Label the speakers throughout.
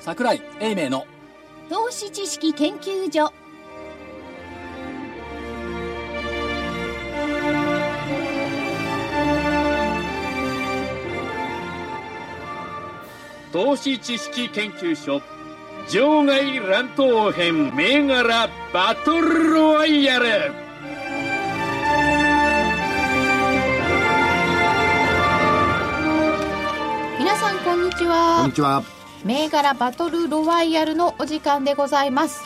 Speaker 1: 桜井英明の
Speaker 2: 投資知識研究所
Speaker 3: 投資知識研究所場外乱闘編銘柄バトルロワイヤル
Speaker 4: 皆さんこんにち
Speaker 5: こん
Speaker 4: は
Speaker 5: にちは。
Speaker 4: 銘柄バトルロワイヤルのお時間でございます、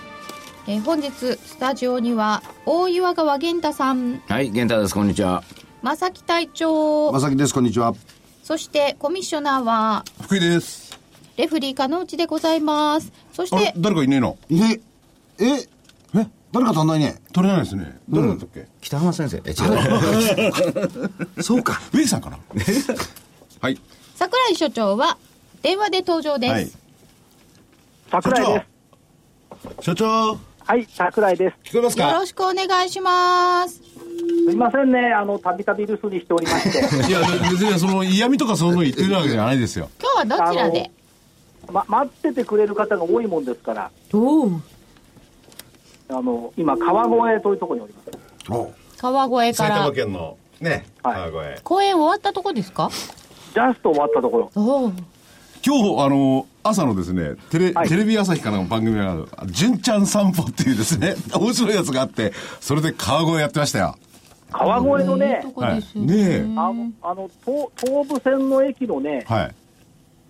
Speaker 4: えー本日スタジオには大岩川源太さん
Speaker 6: はい、源太です。こんにちは。
Speaker 4: 正木隊長、
Speaker 5: まさきです。こんにちは。
Speaker 4: そしてコミッショナーは
Speaker 7: 福井です。
Speaker 4: レフリー加納内でございますそし
Speaker 7: あれ
Speaker 4: て
Speaker 7: 誰かいねえの
Speaker 5: ね、え、え、誰か足んないね。
Speaker 7: 取れないですね。誰だったっけ
Speaker 6: 北浜先生。え、違う。
Speaker 5: そうか。
Speaker 7: ウェイさんかなはい。
Speaker 4: 桜井所長は電話で登場です、
Speaker 7: はい。
Speaker 8: 桜井です。
Speaker 7: 所長、
Speaker 8: はい、桜井です。
Speaker 7: 聞こえます
Speaker 4: よ
Speaker 7: か
Speaker 4: ろしくお願いします
Speaker 8: すいませんね、あの、たびたび留守にしておりま し
Speaker 7: い
Speaker 8: て、
Speaker 7: や、別にその嫌味とかそういうの言ってるわけじゃないですよ。
Speaker 4: 今日はどちらで
Speaker 8: ま、待っててくれる方が多いもんですから、あの、今、川越というところにおります。
Speaker 4: 川越から
Speaker 9: 県のね、
Speaker 8: はい
Speaker 9: 川越。
Speaker 4: 公演終わったとこですか
Speaker 8: ジャスト終わったところ、
Speaker 4: おお
Speaker 7: 今日、あの、朝のですね、テレ、
Speaker 8: はい
Speaker 7: テレビ朝日からの番組がある、純ちゃん散歩っていうですね、 面白いやつがあって、それで川越やってましたよ。
Speaker 8: 川越のね、
Speaker 7: はい。ね
Speaker 8: あの、あの東東武線の駅のね
Speaker 7: え。、はい。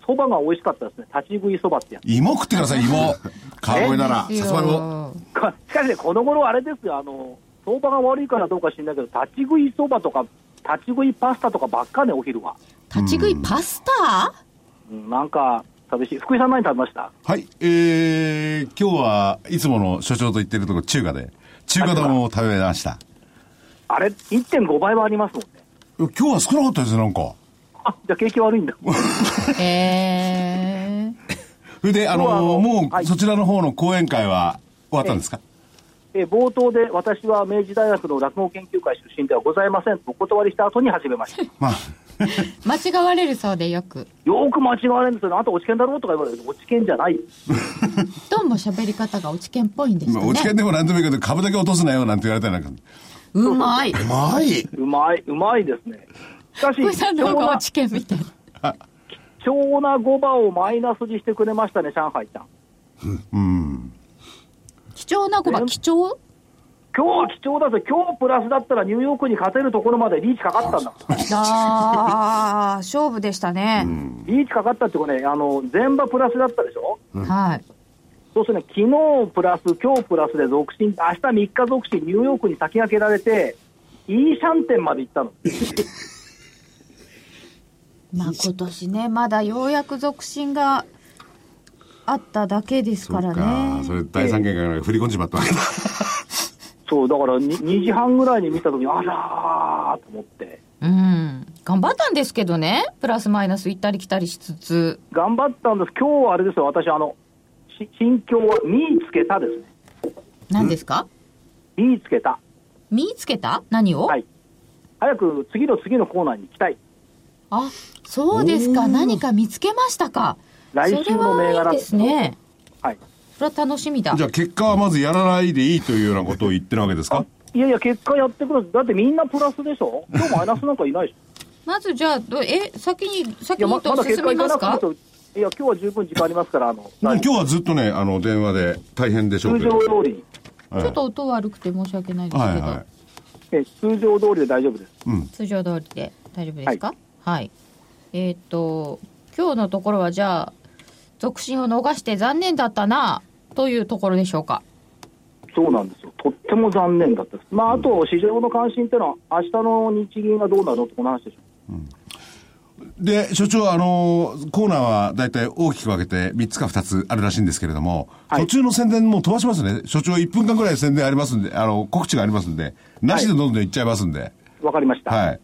Speaker 8: そばが美味しかったですね、立ち食いそばってやつ。
Speaker 7: 芋食ってください、芋。川越なら、さ
Speaker 4: です
Speaker 7: つ
Speaker 4: よ
Speaker 7: まいも。
Speaker 8: かしかしね、この頃あれですよ、あの、相場が悪いからどうか知んないけど、立ち食いそばとか、立ち食いパスタとかばっかね、お昼は。
Speaker 4: 立ち食いパスタ
Speaker 8: うん、なんか、寂しい。福井さん何食べました
Speaker 7: はい、えー、今日はいつもの所長と言ってるとこ中華で、中華丼を食べました。
Speaker 8: あれ、1.5倍はありますもんね。
Speaker 7: 今日は少なかったですね、なんか。
Speaker 8: あ、 じゃあ景気悪いんだ。
Speaker 4: え
Speaker 7: それで、あの
Speaker 8: 今日はあの
Speaker 7: もう、
Speaker 8: はい
Speaker 7: そちらの方の講演会は終わったんですか
Speaker 8: えー冒頭で私は明治大学の落語研究会出身ではございませんとお断りした後に始め ました。
Speaker 7: まあ、
Speaker 4: ー、 間違われるそうでよく
Speaker 8: よーく間違われるんですよね。あんた落ち研だろうとか言われるけど、落ち研じゃない。
Speaker 4: どうも喋り方がお知見っぽいんです
Speaker 7: まあ、
Speaker 4: よ
Speaker 7: お知見
Speaker 4: ね
Speaker 7: でも何でもいいけど、株だけ落とすなよなんて言われたらなんか、
Speaker 4: うまい
Speaker 5: はい。
Speaker 8: うまい、うまいですね。しかし、
Speaker 4: 小井さん
Speaker 8: 貴
Speaker 4: の方
Speaker 8: 重
Speaker 4: が
Speaker 8: な
Speaker 4: お、知見みたいな
Speaker 8: 貴重な5番をマイナスにしてくれましたね、上海ちゃん。
Speaker 4: 貴重なごま貴重
Speaker 8: 今日は貴重だぜ。今日プラスだったらニューヨークに勝てるところまでリーチかか ったんだ。
Speaker 4: あー勝負でしたね、
Speaker 8: リーチかかったってことね、あの、全場プラスだったでしょ
Speaker 4: はい
Speaker 8: そうするとね、昨日プラス、今日プラスで続進、明日3日続進、ニューヨークに先駆けられて、イーシャンテンまで行ったの。
Speaker 4: まあ今年ねまだようやく続進があっただけですから
Speaker 7: か、
Speaker 4: ね
Speaker 7: それ第三回から振り込んじまったわけだ。
Speaker 8: そう、だからに 2, 時半ぐらいに見たときに、あらーと思って、
Speaker 4: うん頑張ったんですけどねプラスマイナス行ったり来たりしつつ
Speaker 8: 頑張ったんです。今日はあれですよ、私、あの、し心境は見つけたですね。
Speaker 4: 何ですか
Speaker 8: 見つけた。
Speaker 4: 見つけた何を、
Speaker 8: はい。早く次の次のコーナーに行きたい。
Speaker 4: あそうですか何か見つけましたか
Speaker 8: 来週の銘柄
Speaker 4: それはいいですね
Speaker 8: はい。
Speaker 4: それは楽しみだ
Speaker 7: じゃあ結果はまずやらないでいいというようなことを言ってるわけですか
Speaker 8: いやいや、結果やってくる。だってみんなプラスでしょ今日マイナスなんかいない でしょ。
Speaker 4: まずじゃあどえ先に
Speaker 8: い
Speaker 4: 先
Speaker 8: や、
Speaker 4: も
Speaker 8: ま
Speaker 4: っと
Speaker 8: まだ結
Speaker 4: 進
Speaker 8: 果
Speaker 4: み
Speaker 8: いか
Speaker 4: ま
Speaker 8: な
Speaker 4: す
Speaker 8: くていい
Speaker 4: か
Speaker 8: といや、今日は十分時間ありますから、あの、
Speaker 7: 今日はずっとね、あの、電話で大変でしょ
Speaker 8: 通
Speaker 7: うけど。
Speaker 8: 常通りに。
Speaker 7: はい
Speaker 4: ちょっと音悪くて申し訳ないですけど、
Speaker 7: はいは
Speaker 8: え通常通りで大丈夫です。
Speaker 4: 通常通りで大丈夫ですかはい、えーっと今日のところはじゃあ続進を逃して残念だったなというところでしょうか
Speaker 8: そうなんですよ。とっても残念だったです。まあ、あと、市場の関心ってのは、明日の日銀がどうなるのってこの話でしょ。
Speaker 7: い。で、所長、あの、コーナーは大体大きく分けて3つか2つあるらしいんですけれども、
Speaker 8: はい
Speaker 7: 途中の宣伝もう飛ばしますね。所長1分間ぐらい宣伝ありますんで、あの、告知がありますんで、なしでどんどんいっちゃいますんで。
Speaker 8: わかりました。
Speaker 7: はい。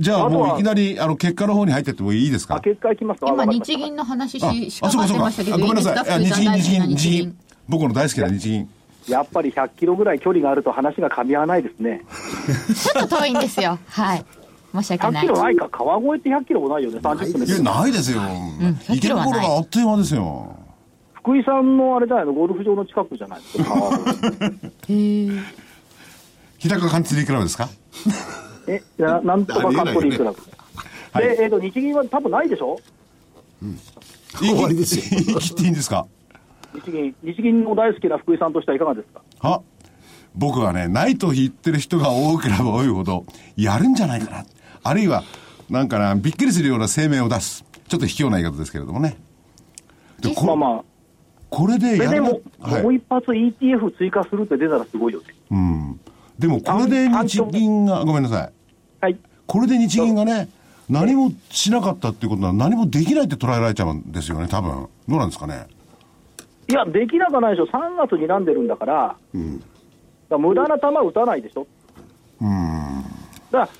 Speaker 7: じゃあ
Speaker 8: あと
Speaker 7: も
Speaker 8: は
Speaker 7: ういきなり、あの、結果の方に入ってってもいいです
Speaker 8: あ、
Speaker 7: か
Speaker 8: 結果いきますか
Speaker 4: 今
Speaker 8: わかりま
Speaker 4: 日
Speaker 8: した
Speaker 4: 銀の話
Speaker 7: あ
Speaker 4: しし
Speaker 7: あ
Speaker 4: か
Speaker 7: そう
Speaker 4: ば
Speaker 7: か
Speaker 4: っ
Speaker 7: そう
Speaker 4: てま
Speaker 7: か
Speaker 4: したけ
Speaker 7: あ
Speaker 4: どいい
Speaker 7: ごめんなさい。
Speaker 4: ですか福
Speaker 7: あ日
Speaker 4: 井
Speaker 7: 銀、
Speaker 4: さん
Speaker 7: 日銀、
Speaker 4: 大事な
Speaker 7: 日銀。僕の大好きな日銀。
Speaker 8: やっぱり100キロぐらい距離があると話が噛み合わないですね。
Speaker 4: ちょっと遠いんですよはい申し訳
Speaker 8: 100
Speaker 4: な
Speaker 8: キ
Speaker 4: い
Speaker 8: ロないか、川越って100キロもないよね、30分
Speaker 7: いや、
Speaker 8: で。
Speaker 7: ないですよ。
Speaker 4: ん100キ
Speaker 7: 池
Speaker 4: ロはない
Speaker 7: 袋があっという間ですよ。
Speaker 8: 福井さんのあれじゃないの、ゴルフ場の近くじゃないですか。
Speaker 7: 日高カンツリークラブですか
Speaker 8: えななんとかカントリークラブ。
Speaker 7: ありえないよね
Speaker 8: で、えっと日銀は多分ないでしょ
Speaker 5: 終わりですよ。
Speaker 7: 言い 切っていいんですか
Speaker 8: 日銀。日銀の大好きな福井さんとしてはいかがですか
Speaker 7: は僕はね、ないと言ってる人が多ければ多いほど、やるんじゃないかな。あるいは、なんかな、びっくりするような声明を出す。ちょっと卑怯な言い方ですけれどもね。でこ
Speaker 8: まあまあ、
Speaker 7: これで
Speaker 8: それ
Speaker 7: や
Speaker 8: で
Speaker 7: るな
Speaker 8: も、
Speaker 7: はい
Speaker 8: もう一発 ETF 追加するって出たらすごいよね。
Speaker 7: うん。でも、これで日銀が、ごめんなさい。
Speaker 8: はい。
Speaker 7: これで日銀がね、何もしなかったっていうことは、何もできないって捉えられちゃうんですよね、多分どうなんですかね。
Speaker 8: いや、できなくはないでしょ、3月にらんでるんだから、だから無駄な球打たないでしょ、だか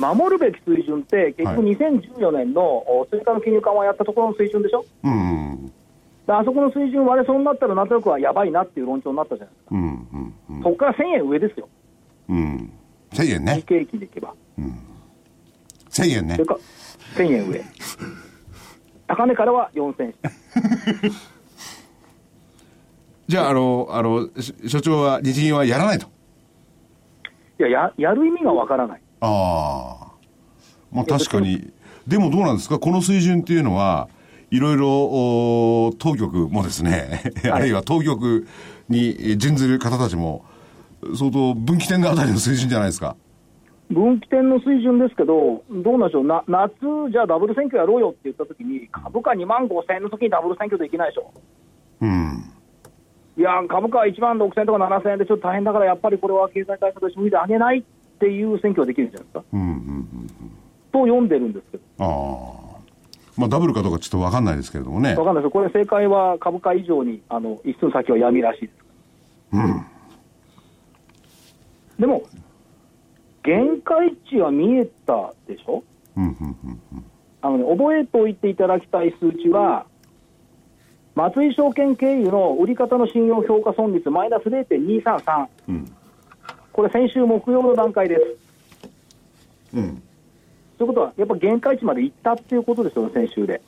Speaker 8: ら守るべき水準って、結局
Speaker 7: はい
Speaker 8: 2014年のお追加の金融緩和やったところの水準でしょ、
Speaker 7: うん、うん、
Speaker 8: だからあそこの水準割れそうになったら、なんとなくはやばいなっていう論調になったじゃないですか、
Speaker 7: うん、うん、
Speaker 8: そこから1000円上ですよ、
Speaker 7: うん。1000円
Speaker 8: 日
Speaker 7: ね。
Speaker 8: 経期でいけば、
Speaker 7: 1000円ね
Speaker 8: それ。から1000円上、高値からは4000円下、
Speaker 7: じゃあ、あの、あの、し所長は、日銀はやらないと。
Speaker 8: いやや、やる意味がわからない。
Speaker 7: ああ。まあ確かに。でもどうなんですかこの水準っていうのは、いろいろ、おー当局もです ね、あるいは当局にえ準ずる方たちも、相当分岐点のあたりの水準じゃないですか。
Speaker 8: 分岐点の水準ですけど、どうなんでしょう、な夏、じゃあダブル選挙やろうよって言ったときに、株価2万5000円の時にダブル選挙できないでしょ、
Speaker 7: うん。
Speaker 8: いやー、株価1万6000円とか7000円でちょっと大変だから、やっぱりこれは経済対策として無理で上げないっていう選挙ができるんじゃないですか、
Speaker 7: うん、うん、
Speaker 8: と読んでるんですけ
Speaker 7: うん。ああ。まあダブルかどうかちょっとわかんないですけれどもね
Speaker 8: ど、わ。かんないですよ、これ、正解は株価以上にあの一寸先は闇らしいです。でも、限界値は見えたでしょ
Speaker 7: うん、うん、うん。
Speaker 8: あのね、覚えておいていただきたい数値は、松井証券経由の売り方の信用評価損率マイナス0.233、これ、先週木曜の段階です。ということは、やっぱ限界値まで行ったっていうことですよね、先週で。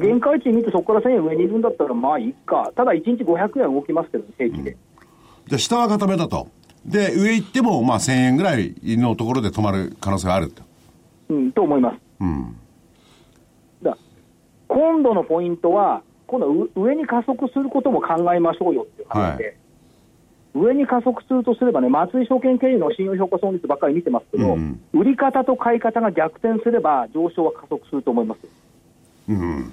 Speaker 8: 限界値見て、そこから1000円上にいるんだったら、まあいいか、ただ1日500円動きますけど、平気で。
Speaker 7: じゃあ下は固めだと。で、上行っても、まあ1000円ぐらいのところで止まる可能性があると。
Speaker 8: うん、と思います。
Speaker 7: うん。
Speaker 8: だから今度のポイントは、今度はう上に加速することも考えましょうよっていう話で、
Speaker 7: は
Speaker 8: 上に加速するとすればね、松井証券経由の信用評価損率ばっかり見てますけど、
Speaker 7: うん
Speaker 8: 売り方と買い方が逆転すれば、上昇は加速すると思います。
Speaker 7: うん。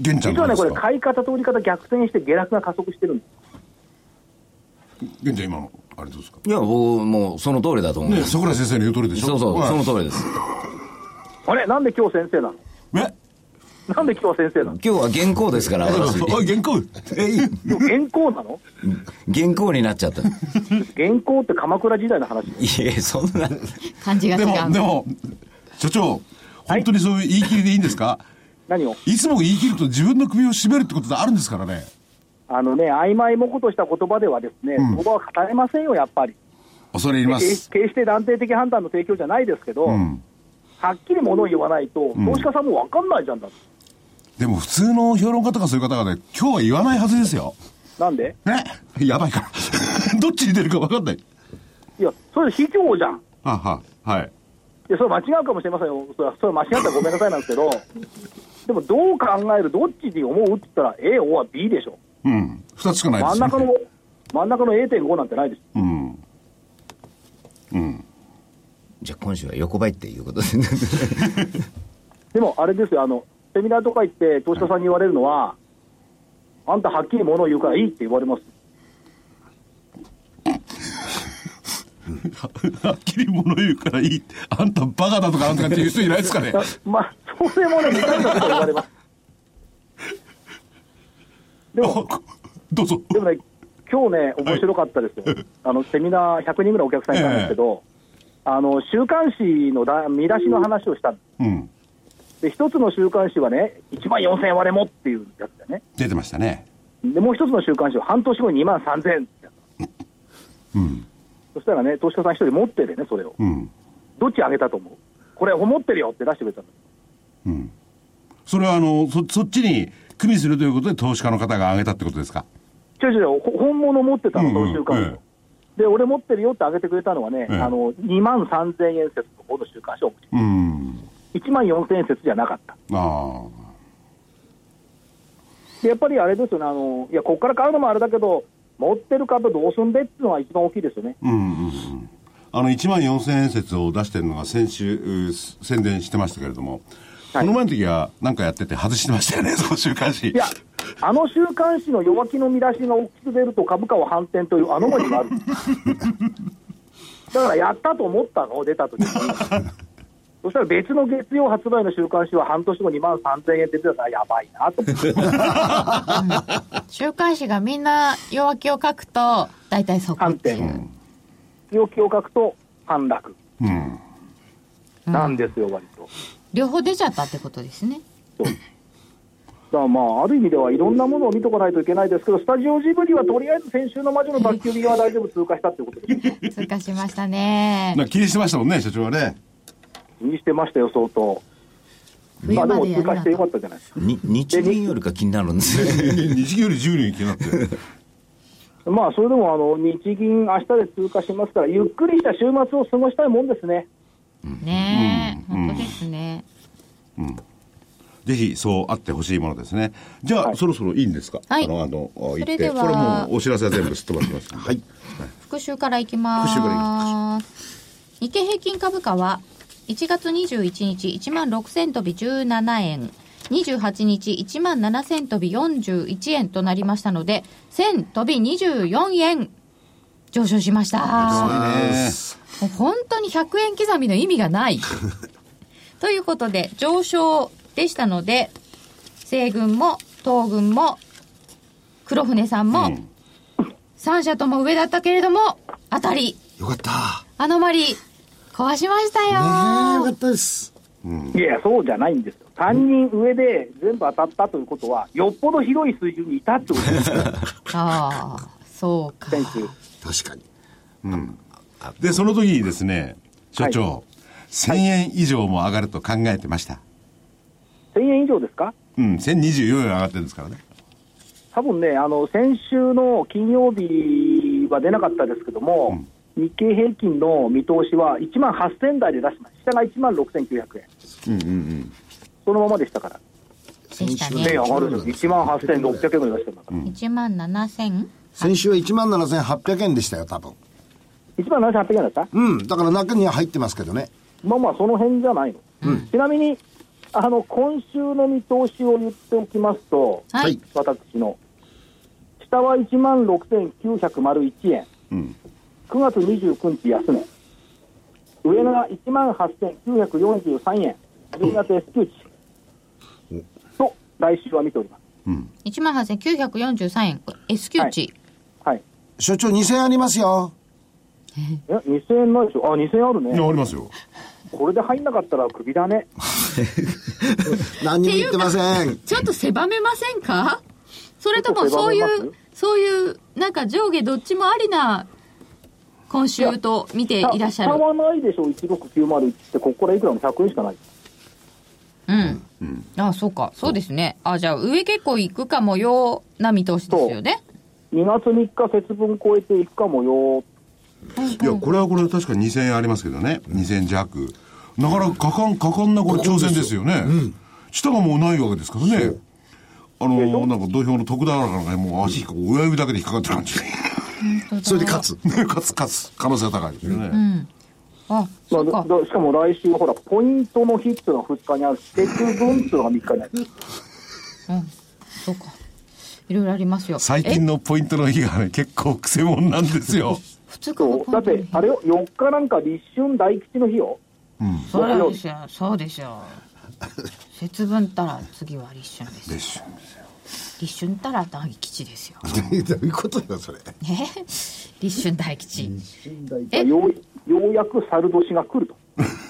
Speaker 7: 玄ちゃん
Speaker 8: 実
Speaker 7: ど
Speaker 8: は
Speaker 7: う
Speaker 8: ね、
Speaker 7: です
Speaker 8: これ、
Speaker 7: か
Speaker 8: 買い方と売り方逆転して、下落が加速してるんです。
Speaker 7: 玄ちゃん今の、あれどうですか
Speaker 6: いや、僕、もう、その通りだと思い
Speaker 7: ね
Speaker 6: ます。
Speaker 7: 桜井先生の言う通りでしょ
Speaker 6: そうそう、
Speaker 7: はい
Speaker 6: その通りです。
Speaker 8: あれ、なんで今日先生なの
Speaker 7: え
Speaker 8: なんで今日先生なの
Speaker 6: 今日は原稿ですから、私。
Speaker 7: あ、原稿えい
Speaker 8: 今日原稿なの
Speaker 6: 原稿になっちゃった。い
Speaker 8: 原稿って鎌倉時代の話
Speaker 6: え、そんな。
Speaker 4: 感じが違
Speaker 7: で
Speaker 4: う。
Speaker 7: も、でも、所長、本当にそういう言い切りでいいんですか、
Speaker 8: 何を
Speaker 7: い、つも言い切ると自分の首を絞めるってことがあるんですからね。
Speaker 8: あのね、曖昧もことした言葉ではですね、そこは語れませんよ、やっぱり。
Speaker 7: 恐れ入りま
Speaker 8: け
Speaker 7: す。
Speaker 8: 決して断定的判断の提供じゃないですけど、
Speaker 7: うん。
Speaker 8: はっきり物を言わないと、投資家さんも分かんないじゃんだって
Speaker 7: でも普通の評論家とかそういう方がね、今日は言わないはずですよ。
Speaker 8: なんで
Speaker 7: ねやばいから。 どっちに出るか分かんない。
Speaker 8: いや、それ卑怯じゃん。
Speaker 7: はは、はい。
Speaker 8: いや、それ間違うかもしれませんよ。それはそれ間違ったらごめんなさいなんですけど、でもどう考える、どっちで思うって言ったら、A、O は B でしょ。
Speaker 7: うん。二つしかないで
Speaker 8: 真ん
Speaker 7: すよ
Speaker 8: 中の、真ん中の A.5 なんてないです。
Speaker 7: うん。
Speaker 6: じゃあ、今週は横ばいっていうことで。
Speaker 8: でも、あれですよ、あの、セミナーとか行って、投資家さんに言われるのは、あんたはっきり物を言うからいいって言われます。
Speaker 7: はっきり物言うからいいって、あんたバカだとかなんとかっていう人いないですかね
Speaker 8: いやまあ、それもね、似たようなこと言わ れます。でも、
Speaker 7: どうぞ。
Speaker 8: でもね、今日ね、面白かったですよ、あのセミナー100人ぐらいお客さんいたんですけど、あの週刊誌のだ見出しの話をしたんで
Speaker 7: うん。
Speaker 8: すで、一つの週刊誌はね、1万4000円割れもっていうやつだよね、
Speaker 7: 出てましたね。
Speaker 8: でもう一つの週刊誌は半年後に2万3000円ってやつ、
Speaker 7: うん。
Speaker 8: そしたらね、投資家さん一人持っててね、それを、
Speaker 7: うん。
Speaker 8: どっち上げたと思うこれ、持ってるよって出してくれたの。
Speaker 7: それはあの、そ、そっちに組みするということで投資家の方が上げたってことですか。
Speaker 8: ちょいちょいほ本物持ってたの、
Speaker 7: うん
Speaker 8: そうの
Speaker 7: ん
Speaker 8: 週刊誌、
Speaker 7: ええ
Speaker 8: で、俺持ってるよってあげてくれたのはね、
Speaker 7: ええ
Speaker 8: あの2万3000円節の方の週刊誌を送って
Speaker 7: うん。
Speaker 8: 1万4000円節じゃなかった。
Speaker 7: ああ。
Speaker 8: でやっぱりあれですよね、あのいや、ここから買うのもあれだけど、持ってる株どうすんでっていうのが一番大きいですよね。
Speaker 7: うんうんうんあの1万4000円説を出してるのが先週うー宣伝してましたけれども、
Speaker 8: はい
Speaker 7: この前の時は何かやってて外してましたよね、その週刊誌。
Speaker 8: いや、あの週刊誌の弱気の見出しが大きく出ると株価は反転というアノマリがある。 だからやったと思ったの、出 た時に。そしたら別の月曜発売の週刊誌は半年後2万3000円出てたからやばいなと思っ て。
Speaker 4: 週刊誌がみんな弱気を書くと大体そこ
Speaker 8: 反
Speaker 4: って
Speaker 8: 転
Speaker 4: いう、。
Speaker 8: 強気を書くと反落。
Speaker 7: うん
Speaker 4: うん
Speaker 8: なんですよ、割と。
Speaker 4: 両方出ちゃったってことです ね
Speaker 8: そうだからまあ、ある意味ではいろんなものを見とかないといけないですけど、スタジオジブリはとりあえず先週の魔女の宅急便は大丈夫通過したっていうこと ですよ。
Speaker 4: 通過しましたね
Speaker 7: なんか気にしてましたもんね、社長はね。
Speaker 8: 気にしてましたよ、相当。
Speaker 4: 冬
Speaker 8: まあで
Speaker 4: ま
Speaker 8: も
Speaker 4: でや
Speaker 8: 通
Speaker 4: る
Speaker 8: 過
Speaker 4: な
Speaker 8: してよか
Speaker 4: と
Speaker 8: ったじゃないですか。
Speaker 6: に日銀よりか気になるんですよ。
Speaker 7: 日より10人気になって。
Speaker 8: まあ、それでもあの日銀、明日で通過しますから、ゆっくりした週末を過ごしたいもんですね。
Speaker 4: ねえ、
Speaker 7: うんうん
Speaker 4: 本当ですね
Speaker 7: ぜひそうあってほしいものですね。じゃあ、
Speaker 8: はい
Speaker 7: そろそろいいんですか
Speaker 4: はい
Speaker 7: あの、あの、行
Speaker 4: そ
Speaker 7: って。
Speaker 4: れでは
Speaker 7: これもうお知らせは全部すっ飛ばします。はい。
Speaker 4: 復習からいきます
Speaker 7: 復習からいき
Speaker 4: 日経平均株価は1月21日1万6000飛び17円28日1万7000飛び41円となりましたので1000飛び24円上昇しましたもう本当に100円刻みの意味がない。ということで、上昇でしたので、西軍も東軍も黒船さんも、3社とも上だったけれども、当たり、
Speaker 5: よかった。
Speaker 4: アノマリー、壊しました
Speaker 5: ねえ、
Speaker 4: よ
Speaker 5: よか
Speaker 4: ー。
Speaker 5: ったです。
Speaker 8: いや、そうじゃないんですよ。3人上で全部当たったということは、よっぽど広い水準にいたってことですよ、
Speaker 4: ああ、そうか。
Speaker 8: 先 週。
Speaker 5: 確かに。
Speaker 7: で、その時にですね、社長、1000円以上も上がると考えてました。
Speaker 8: 1000円以上ですか
Speaker 7: うん、1024円上がってるんですからね。
Speaker 8: 多分ね、あの先週の金曜日は出なかったですけども、日経平均の見通しは1万8000台で出しました、下が1万6900
Speaker 7: う
Speaker 8: 円、
Speaker 7: んうんうん。
Speaker 8: そのままでしたから、
Speaker 4: でした
Speaker 8: ね、
Speaker 4: ね。
Speaker 8: 上がるの1万8600円ぐらい出してますから、
Speaker 4: 1万7000?
Speaker 5: 先週は1万7800円でしたよ、多分。
Speaker 8: 1万7800円だった
Speaker 5: うん。だから中には入ってますけどね。
Speaker 8: まあまあ、その辺じゃないの、ちなみにあの今週の見通しを言っておきますと、
Speaker 4: はい。
Speaker 8: 私の、下は1万6901円、
Speaker 7: うん。
Speaker 8: 9月29日安値、上が1万8943円、12月 S q 値と来週は見ております。
Speaker 4: 1万8943円。これ S q 値。
Speaker 8: はい、
Speaker 5: 所長2000円ありますよ。
Speaker 8: え2000円ないでしょ、あ2000円ある
Speaker 7: いや、
Speaker 8: ね、
Speaker 7: ありますよ。
Speaker 8: これで入んなかったらクビだね、
Speaker 5: 何にも言ってません。
Speaker 4: ちょっと狭めませんかそれともそうい
Speaker 8: ちょっと狭め
Speaker 4: う
Speaker 8: ま、
Speaker 4: そういう、なんか上下どっちもありな、今週と見ていらっしゃ
Speaker 8: 使
Speaker 4: る。
Speaker 8: わないでしょ、16901って、ここからいくらも100円しかない、
Speaker 4: うん。ああ、そうか。そうですね。あじゃあ上結構行くかもような見通しですよね。
Speaker 8: 2月3日節分超えていくかもよ、
Speaker 7: いや、これはこれで確か2000円ありますけどね。2000円弱。なかなか果敢、果敢なこれ挑戦ですよね。下がもうないわけですからね。あのー、なんか土俵の徳田原からね、もう足、親指だけで引っかかってる感 じ。
Speaker 5: それで勝つ。
Speaker 7: ね勝つ、勝つ。可能性高いですよね。
Speaker 4: あ、
Speaker 8: ま
Speaker 4: そ
Speaker 8: あ、
Speaker 4: う
Speaker 8: だ
Speaker 4: か。
Speaker 8: だしかも来週、ほら、ポイントの日っていうのが2日にあるし、節分っていうのが3日にある。
Speaker 4: そうか。いろいろありますよ。
Speaker 7: 最近のポイントの日がね、結構癖もんなんですよ。
Speaker 4: え普通こ
Speaker 8: そうだって、あれよ、4日なんか立春大吉の日よ。
Speaker 4: そうなんですよ。そうですよ。節分ったら次は立春です。
Speaker 7: です
Speaker 4: 立春ったら大吉ですよ。
Speaker 5: どういうことよ、それ。
Speaker 4: ね立春大吉。え
Speaker 8: ようようやく猿年が来ると。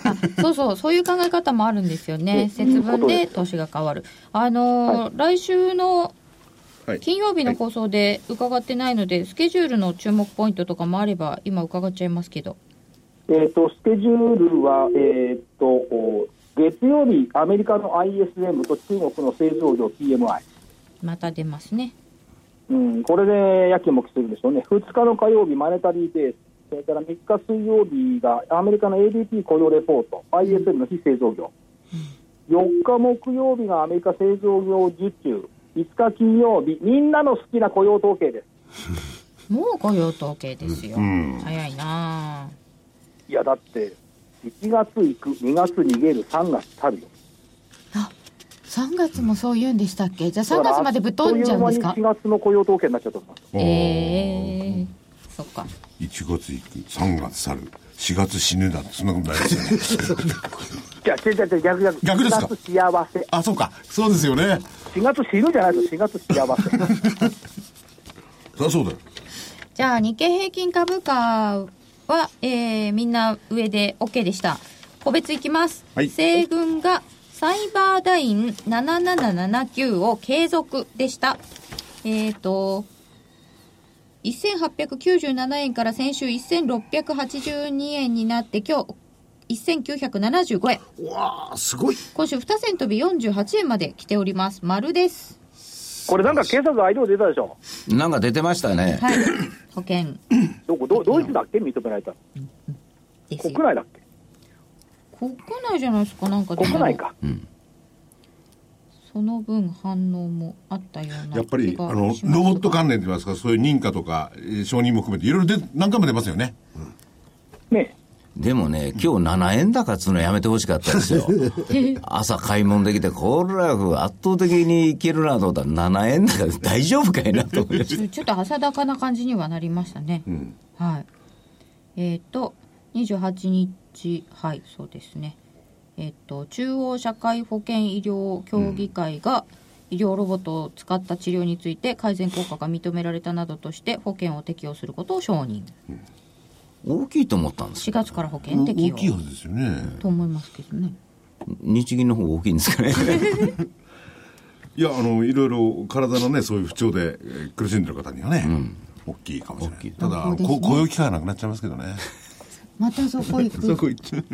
Speaker 4: あそうそう、そういう考え方もあるんですよね。
Speaker 8: そう
Speaker 4: 節分
Speaker 8: い
Speaker 4: で
Speaker 8: う
Speaker 4: 年が変わる。あのー来週の
Speaker 7: はい
Speaker 4: 金曜日の放送で伺ってないので、スケジュールの注目ポイントとかもあれば、今伺っちゃいますけど。
Speaker 8: えっ、と、スケジュールは、えっ、と、お月曜日、アメリカの ISM と中国の製造業 PMI。
Speaker 4: また出ますね。
Speaker 8: うん、これで夜勤もきついんでしょうね、2日の火曜日、マネタリーベース、それから3日水曜日がアメリカの ADP 雇用レポート、ISM の非製造業、4日木曜日がアメリカ製造業受注、5日金曜日、みんなの好きな雇用統計です。
Speaker 4: もう雇用統計ですよ。
Speaker 7: うん
Speaker 4: 早いなあ
Speaker 8: いや、だって、1月行く、2月逃げる、3月去るよ。
Speaker 4: あ、3月もそう言うんでしたっけじゃあ3月までぶっ飛んじゃうんです
Speaker 8: あっ
Speaker 4: か
Speaker 8: という間に4月の雇用統計になっちゃったと思います。
Speaker 7: おー
Speaker 4: ええそっか。
Speaker 7: 1月行く3月去る4月死ぬだってそんなことないですよね
Speaker 8: いや、違う違う違う、逆逆。
Speaker 7: 逆ですか
Speaker 8: 4月幸せ。
Speaker 7: あそうかそうですよね
Speaker 8: 4月死ぬじゃないですよ、4月幸せ。
Speaker 7: そりゃそうだよ
Speaker 4: じゃあ日経平均株価は、えー、みんな上で OK でした。個別いきます。
Speaker 7: はい
Speaker 4: 西軍がサイバーダイン7779を継続でした。えっ、ー、と、1897円から先週1682円になって今日1975円。
Speaker 5: うわあすごい。
Speaker 4: 今週2銭飛び48円まで来ております。丸です。
Speaker 8: これなんか警察アイドル出たでしょ。
Speaker 6: なんか出てましたね。
Speaker 4: はい。保険
Speaker 8: どこどドイツだっけ認められたの
Speaker 4: です
Speaker 8: 国
Speaker 4: よ。
Speaker 8: 内だっけ
Speaker 4: 国内じゃないですか、なんか。
Speaker 8: 国内か。
Speaker 4: その分反応もあったような
Speaker 7: やっぱり
Speaker 4: 気
Speaker 7: あ
Speaker 4: が
Speaker 7: の
Speaker 4: します
Speaker 7: ロボット関連といいますかそういう認可とかえー承認も含めていろいろ出何回も出ますよね
Speaker 8: ね
Speaker 6: でもね、今日7円高っつうのやめてほしかったです よ。朝買い物できて、これは圧倒的にいけるなと思ったら、7円高で大丈夫かいなと思 いまし
Speaker 4: ちょちょっと浅高な感じにはなりましたね、はいえっ、と28日はいそうですねえっ、と中央社会保険医療協議会が、医療ロボットを使った治療について改善効果が認められたなどとして保険を適用することを承認
Speaker 6: た。大きいと思ったんです
Speaker 4: 4
Speaker 6: よ。
Speaker 4: 月から保険
Speaker 7: 大
Speaker 4: 適
Speaker 7: きい
Speaker 4: 用
Speaker 7: はずですよね
Speaker 4: と思いますけどね
Speaker 6: 日銀の方が大きいんですか ね。
Speaker 7: いやあのいろいろ体のねそういう不調でえー苦しんでる方にはね、大きいかもしれないただ
Speaker 4: そうですね
Speaker 7: こ雇用機会なくなっちゃいますけど ね
Speaker 4: またそこ行く
Speaker 7: こ行っちゃう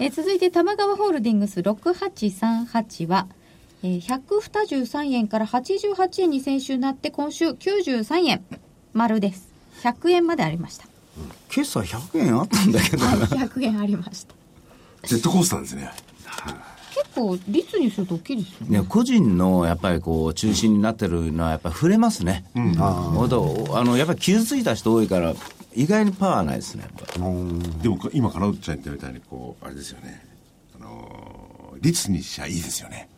Speaker 4: えー続いて玉川ホールディングス6838は、えー、123円から88円に先週なって今週93円丸です100円までありま した
Speaker 6: 今朝100円あったんだけど。
Speaker 4: 100円ありました
Speaker 7: ジェットコースターですね
Speaker 4: 結構率にすると大きいですよね
Speaker 6: ね、個人のやっぱりこう中心になってるのはやっぱり触れますね、うん、あのやっぱり傷ついた人多いから意外にパワーないですねやっぱ
Speaker 7: でもこ今金内ちゃん言ったみたいにこうあれですよねあのー率にしちゃいいですよね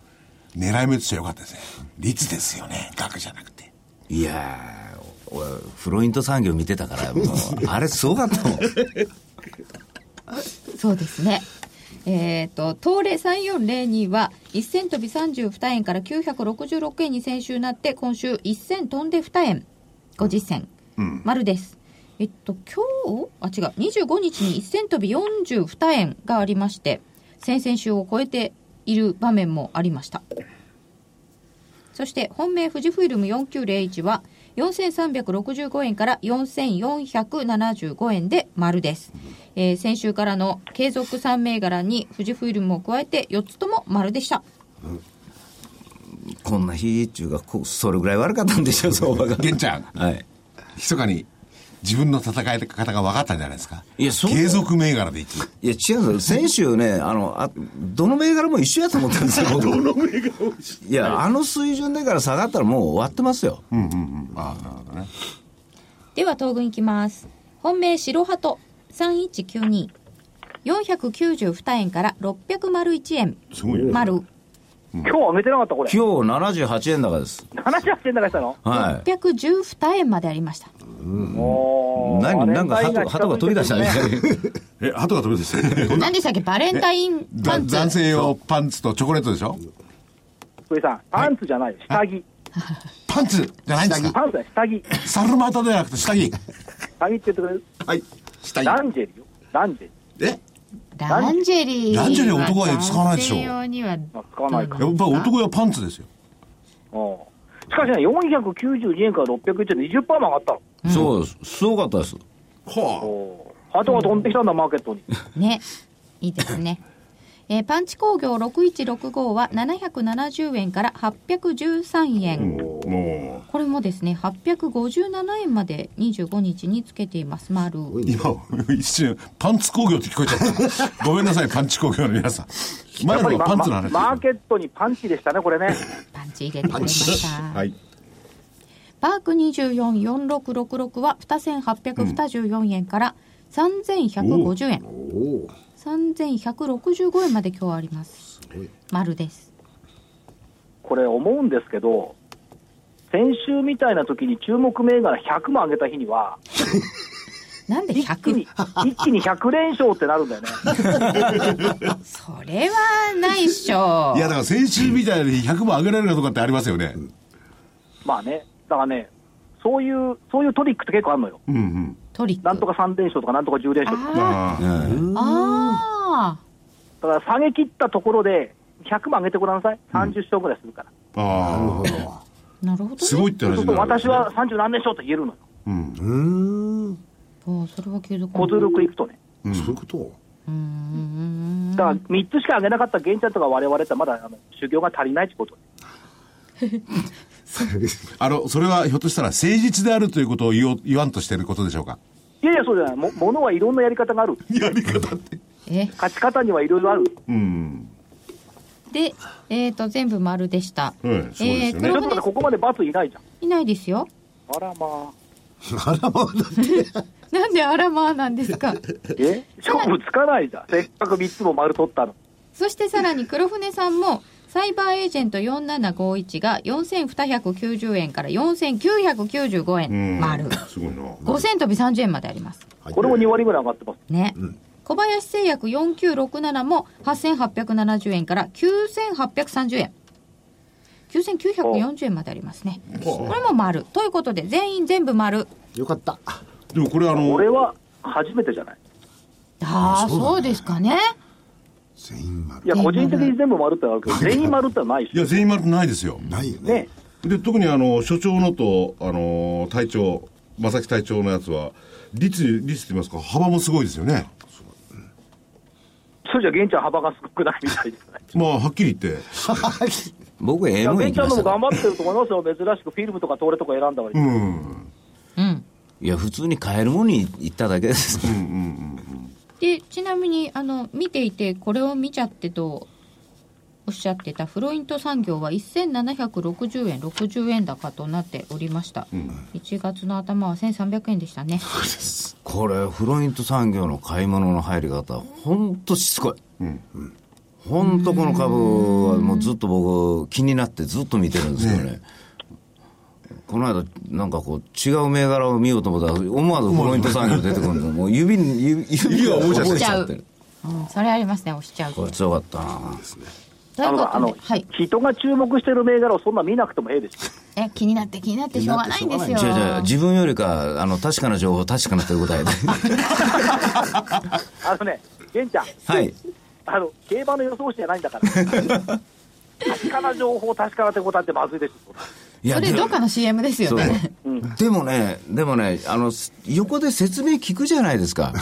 Speaker 7: 狙い目としてはよかったですね率ですよね額じゃなくて
Speaker 6: いやー俺フロイント産業見てたからもうあれすごかったもん
Speaker 4: そうですねえっ、と東レ3402は1000飛び32円から966円に先週なって今週1000飛んで2円50銭、丸ですえっと今日あ違う25日に1000飛び42円がありまして先々週を超えている場面もありましたそして本命富士フイルム4901は4365円から4475円で丸です、えー先週からの継続3銘柄に富士フイルムを加えて4つとも丸でした
Speaker 6: こんな日っていうかこそれぐらい悪かったんでしょ相場が
Speaker 7: 玄ちゃん
Speaker 6: はい
Speaker 7: 密かに自分の戦い方が分かったんじゃないですか
Speaker 6: いやそう
Speaker 7: 継続銘柄でいき
Speaker 6: いや違うんですよ先週ねあのあどの銘柄も一緒やと思ったんですよ僕いやあの水準でから下がったらもう終わってますよ
Speaker 7: うんうんうんああなるほどね
Speaker 4: では東軍いきます本命白鳩3192492円から601円
Speaker 7: すごいよね
Speaker 4: 丸
Speaker 8: 今日は埋めてなかった、これ。
Speaker 6: 今日78円高です
Speaker 8: 話はしてんだかしたの
Speaker 6: はい
Speaker 4: 612円までありました
Speaker 8: もう
Speaker 6: 何なんか
Speaker 8: バレンタイン
Speaker 6: 鳩鳩が飛び出したみ
Speaker 8: 近づいて
Speaker 6: た
Speaker 8: る
Speaker 6: いな
Speaker 7: え鳩が飛び出してる
Speaker 4: 何でしたっけバレンタインパ
Speaker 7: だ
Speaker 4: ンツ
Speaker 7: 男性用パンツとチョコレートでしょ
Speaker 8: 福井さん、パンツじゃない、下着。
Speaker 7: パンツじゃないんですか
Speaker 8: パンツは下着。
Speaker 7: サルマタではなくて下着
Speaker 8: 下着って言ってくれる
Speaker 7: はい下
Speaker 8: ランジェリーよ。ランジェリ
Speaker 7: え
Speaker 4: ランジェリー
Speaker 7: ランジェリー男は使わないでしょ
Speaker 4: 男性用には
Speaker 8: ー。まあ、使わないか。
Speaker 7: やっぱ男はパンツですよ
Speaker 8: うんしかしね、492円から601円で20%も上がったの。
Speaker 6: そうです。すごかったです。
Speaker 7: は
Speaker 8: ハトが飛んできたんだ、マーケットに。
Speaker 4: ねいいですね えーパンチ工業6165は770円から813円、
Speaker 7: も
Speaker 4: これもですね857円まで25日につけています丸
Speaker 7: う、一瞬、パンツ工業って聞こえちゃった。ごめんなさい、パンチ工業の皆さん。前
Speaker 8: やっぱり
Speaker 7: の
Speaker 8: ま
Speaker 7: パンツの
Speaker 8: ま
Speaker 7: 話。
Speaker 8: マーケットにパンチでしたね、これね。
Speaker 4: パンチ入れてくれました、
Speaker 7: はい。
Speaker 4: パーク244666は2824円から3150円、
Speaker 5: おー
Speaker 4: 3165円まで今日はあります
Speaker 5: ごい
Speaker 4: 丸です
Speaker 8: これ思うんですけど、先週みたいな時に注目銘柄100も上げた日には、
Speaker 4: なんで
Speaker 8: 一気に
Speaker 4: 100
Speaker 8: 一気に100連勝ってなるんだ よね。
Speaker 4: それはないっしょ
Speaker 7: いや、だから先週みたいに100も上げられるかとかってありますよね。
Speaker 8: まあね、だからね、そういう、そういうトリックって結構あるのよ。
Speaker 7: うんうん。
Speaker 4: トリック
Speaker 8: なんとか3連勝とかなんとか10連勝とか。
Speaker 4: あ
Speaker 7: ああ。
Speaker 6: うん
Speaker 4: ーあ
Speaker 8: だから下げ切ったところで、100も上げてごらんなさい。30勝ぐらいするから。
Speaker 7: ああ。
Speaker 4: ーなるほど、ね、
Speaker 7: すごいって話
Speaker 8: そうす
Speaker 7: に
Speaker 8: ると
Speaker 7: なる、
Speaker 8: 私は。30何連勝と言えるのよ。
Speaker 7: うん。
Speaker 5: うーん
Speaker 4: おーそれは継続
Speaker 8: 小ずるくいくとね。
Speaker 7: うん
Speaker 5: そういうこと
Speaker 4: うーん
Speaker 8: だから3つしか上げなかった現地とか我々ってまだあの修行が足りないってこと。
Speaker 7: あの、それはひょっとしたら誠実であるということを言おう言わんとしてることでしょうか。
Speaker 8: いやいや、そうじゃない。も、ものはいろんなやり方がある。
Speaker 7: やり方って。
Speaker 4: え
Speaker 8: 勝ち方にはいろいろある。
Speaker 7: うん。
Speaker 4: でえっ、と全部丸でした
Speaker 7: はい、そうですよね
Speaker 4: えー
Speaker 8: ちょ
Speaker 4: 黒船
Speaker 8: っと待って、ここまで罰いないじゃん。
Speaker 4: いないですよ
Speaker 8: あらま
Speaker 4: なんでアラマーなんです か
Speaker 8: あ。え勝負つかないじゃん。せっかく3つも丸取ったの。
Speaker 4: そしてさらに黒船さんもサイバーエージェント4751が4290円から4995円丸
Speaker 7: すごいな。
Speaker 4: 5000飛び30円まであります
Speaker 5: はい
Speaker 8: これも2割ぐらい上がってます。
Speaker 4: ね、小林製薬4967も8870円から9830円9940円までありますねこれも丸ということで全員全部丸
Speaker 5: よかった
Speaker 7: でもこれあの、
Speaker 8: 俺は初めてじゃない。
Speaker 4: ああそう,、ですかね
Speaker 5: 全員丸
Speaker 8: いや、個人的に全部丸ってのはあるけど、全員丸ってのはないで
Speaker 7: いや、
Speaker 8: し
Speaker 7: 全員丸ないですよ。
Speaker 5: ないよ
Speaker 8: ょ。 ね
Speaker 5: ね
Speaker 7: で、特にあの、所長のと、あの、隊長、正木隊長のやつは、率、率って言いますか、幅もすごいですよね。
Speaker 8: それじゃ玄ちゃん幅が少ないみたいですね。
Speaker 7: まあ、はっきり言って。
Speaker 6: 僕
Speaker 8: いや
Speaker 6: M
Speaker 8: 玄
Speaker 6: 行
Speaker 8: ち
Speaker 6: き
Speaker 8: ゃん
Speaker 6: ま
Speaker 8: のも
Speaker 6: したから
Speaker 8: 頑張ってると思いますよ。珍しくフィルムとか東レとか選んだ割に。
Speaker 7: うん。
Speaker 4: うん
Speaker 6: いや普通に買えるものに行っただけです、
Speaker 4: でちなみにあの見ていてこれを見ちゃってとおっしゃってたフロイント産業は1760円60円高となっておりました、1月の頭は1300円でしたね
Speaker 6: これフロイント産業の買い物の入り方ほんとしつこい、うんほんとこの株はもうずっと僕気になってずっと見てるんですよねこの間なんかこう違う銘柄を見ようと思ったら思わずフロイント産業出てくるんでもう指に指指が覚えちゃってる
Speaker 4: うんそれありますね押しちゃうと
Speaker 6: これ強かったな
Speaker 4: という
Speaker 8: あ
Speaker 4: こ
Speaker 8: の、あ
Speaker 4: とで
Speaker 8: の、
Speaker 4: はい
Speaker 8: 人が注目してる銘柄をそんな見なくてもええですよ。
Speaker 4: え気になって気になってしょうがないんですよ
Speaker 6: 違う違う自分よりかあの確かな情報を確かなということ で
Speaker 8: あのね、玄ちゃん、
Speaker 6: はい
Speaker 8: あの、競馬の予想士じゃないんだから。確かな情報を確かなって答えってまずいですよ。
Speaker 6: いや
Speaker 4: それ
Speaker 6: で
Speaker 4: どっかの CM ですよね
Speaker 6: そうでもね、でもね、あの、す横で説明聞くじゃないですか。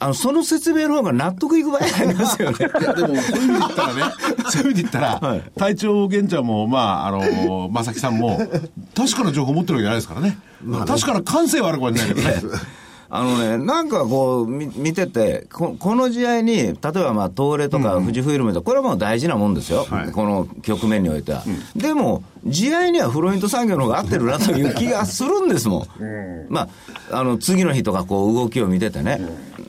Speaker 6: あの、その説明の方が納得いく場合がありま すよね。
Speaker 7: いやでも、 そういう意味で言ったらね、そういう意味で言ったら、
Speaker 6: はい
Speaker 7: 隊長玄ちゃんも、まあ、あの、正木さんも、確かな情報持ってるわけじゃないですからね。確かな感性はあるかもしれない けどね。
Speaker 6: あのね、なんかこう、み見ててこ、この試合に、例えばまあ、東レとか富士フイルムとか、これはもう大事なもんですよ。
Speaker 7: はい
Speaker 6: この局面においては。でも、試合にはフロイント産業の方が合ってるなという気がするんですもん。まあ、あの、次の日とかこう、動きを見ててね。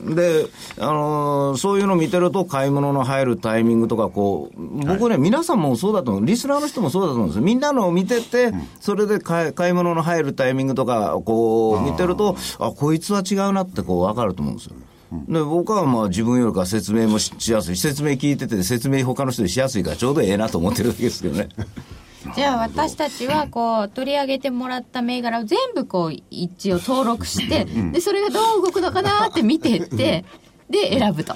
Speaker 6: で、あのーそういうの見てると、買い物の入るタイミングとか、こう、僕ね、皆さんもそうだと思う。リスナーの人もそうだと思うんですよみんなのを見てて、それで買い買い物の入るタイミングとか、こう、見てると、あ、こいつは違うなって、こう、わかると思うんですよ。で僕はまあ自分よりか説明もししやすい、説明聞いてて、説明他の人にしやすいから、ちょうどええなと思ってるだけですけ どね。
Speaker 4: じゃあ私たちはこう取り上げてもらった銘柄を全部こう一応登録してでそれがどう動くのかなって見てってで選ぶと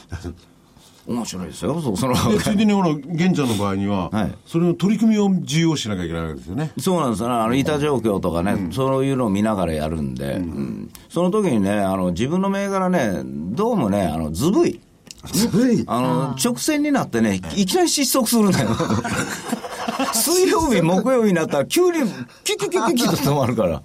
Speaker 6: 面白いですよ、そその
Speaker 7: でついでに、ほら、玄ちゃんの場合には、
Speaker 6: はい
Speaker 7: それの取り組みを重要視しなきゃいけないわけですよね。
Speaker 6: そうなんですよね、あの板状況とかね、そういうのを見ながらやるんで、うんその時にね、あの自分の銘柄ね、どうもね、あのずぶい、
Speaker 5: ずるい。
Speaker 6: あの、直線になってね、いきなり失速するの よ。水曜日、木曜日になったら、急に、キュキュキュキュキュと止まるから。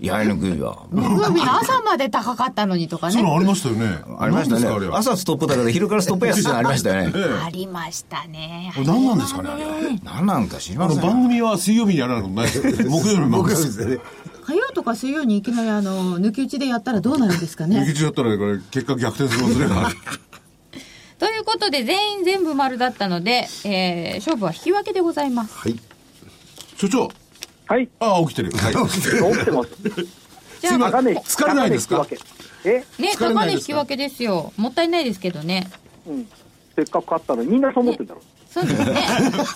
Speaker 6: やりにくいよ。
Speaker 4: 木曜日の朝まで高かったのにとか
Speaker 7: そういうのあ
Speaker 4: ね。
Speaker 7: りましたよね。
Speaker 6: ありました
Speaker 7: 何ですかあれ
Speaker 6: ね。
Speaker 7: は
Speaker 6: 朝ストップだけで昼からストップ安いのありましたよね。
Speaker 4: ありましたね。
Speaker 7: 何なんですかね、あれは。
Speaker 6: 何なんか知り
Speaker 7: あ
Speaker 6: ま
Speaker 7: の、
Speaker 6: せんよ。
Speaker 7: 番組は水曜日にやらないことないですよ。木曜日も
Speaker 5: 僕
Speaker 7: で。
Speaker 5: はですすね。
Speaker 1: 火曜とか水曜にいきなりあの抜き打ちでやったらどうなるんですか
Speaker 7: 抜
Speaker 1: ね
Speaker 7: き中だったら、これ、結果逆転する恐れがある。
Speaker 4: ということで、全員全部丸だったので、えー勝負は引き分けでございます。
Speaker 5: はい。
Speaker 7: 所長、
Speaker 8: はい、
Speaker 7: ああ、起きてる。はい。
Speaker 8: 起きてます。
Speaker 4: じゃあ、
Speaker 7: ません疲れないですか
Speaker 8: 高値引き分けえ
Speaker 4: ね、
Speaker 7: 疲れ
Speaker 4: 高
Speaker 7: ない
Speaker 4: 値
Speaker 7: ですか
Speaker 4: 引き分けですよ。もったいないですけどね。
Speaker 8: うん。せっかく買ったのに、みんなそう思ってんだろう。
Speaker 4: そうですね。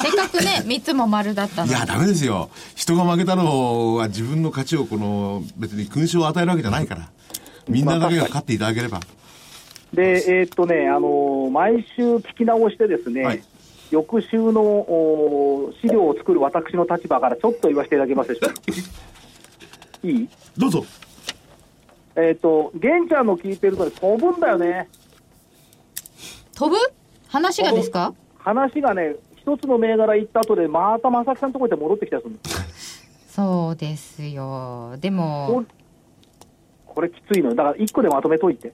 Speaker 4: せっかくね、3つも丸だったの
Speaker 7: い
Speaker 4: で。
Speaker 7: や、ダメですよ。人が負けたのは自分の勝ちを、この、別に勲章を与えるわけじゃないから。みんなだけが勝っていただければ。
Speaker 8: で、えーっとね、あのー毎週聞き直してですね、
Speaker 7: はい
Speaker 8: 翌週のおー資料を作る私の立場からちょっと言わせていただけますでしょ うか。いい
Speaker 7: どうぞ。
Speaker 8: えーっと、玄ちゃんの聞いてるとね飛ぶんだよね。
Speaker 4: 飛ぶ話がですか
Speaker 8: 話がね、一つの銘柄行った後で、また正木さんのところで戻ってきたりするの
Speaker 4: そうですよ。でも、
Speaker 8: これきついのよ。だから一個でまとめといて。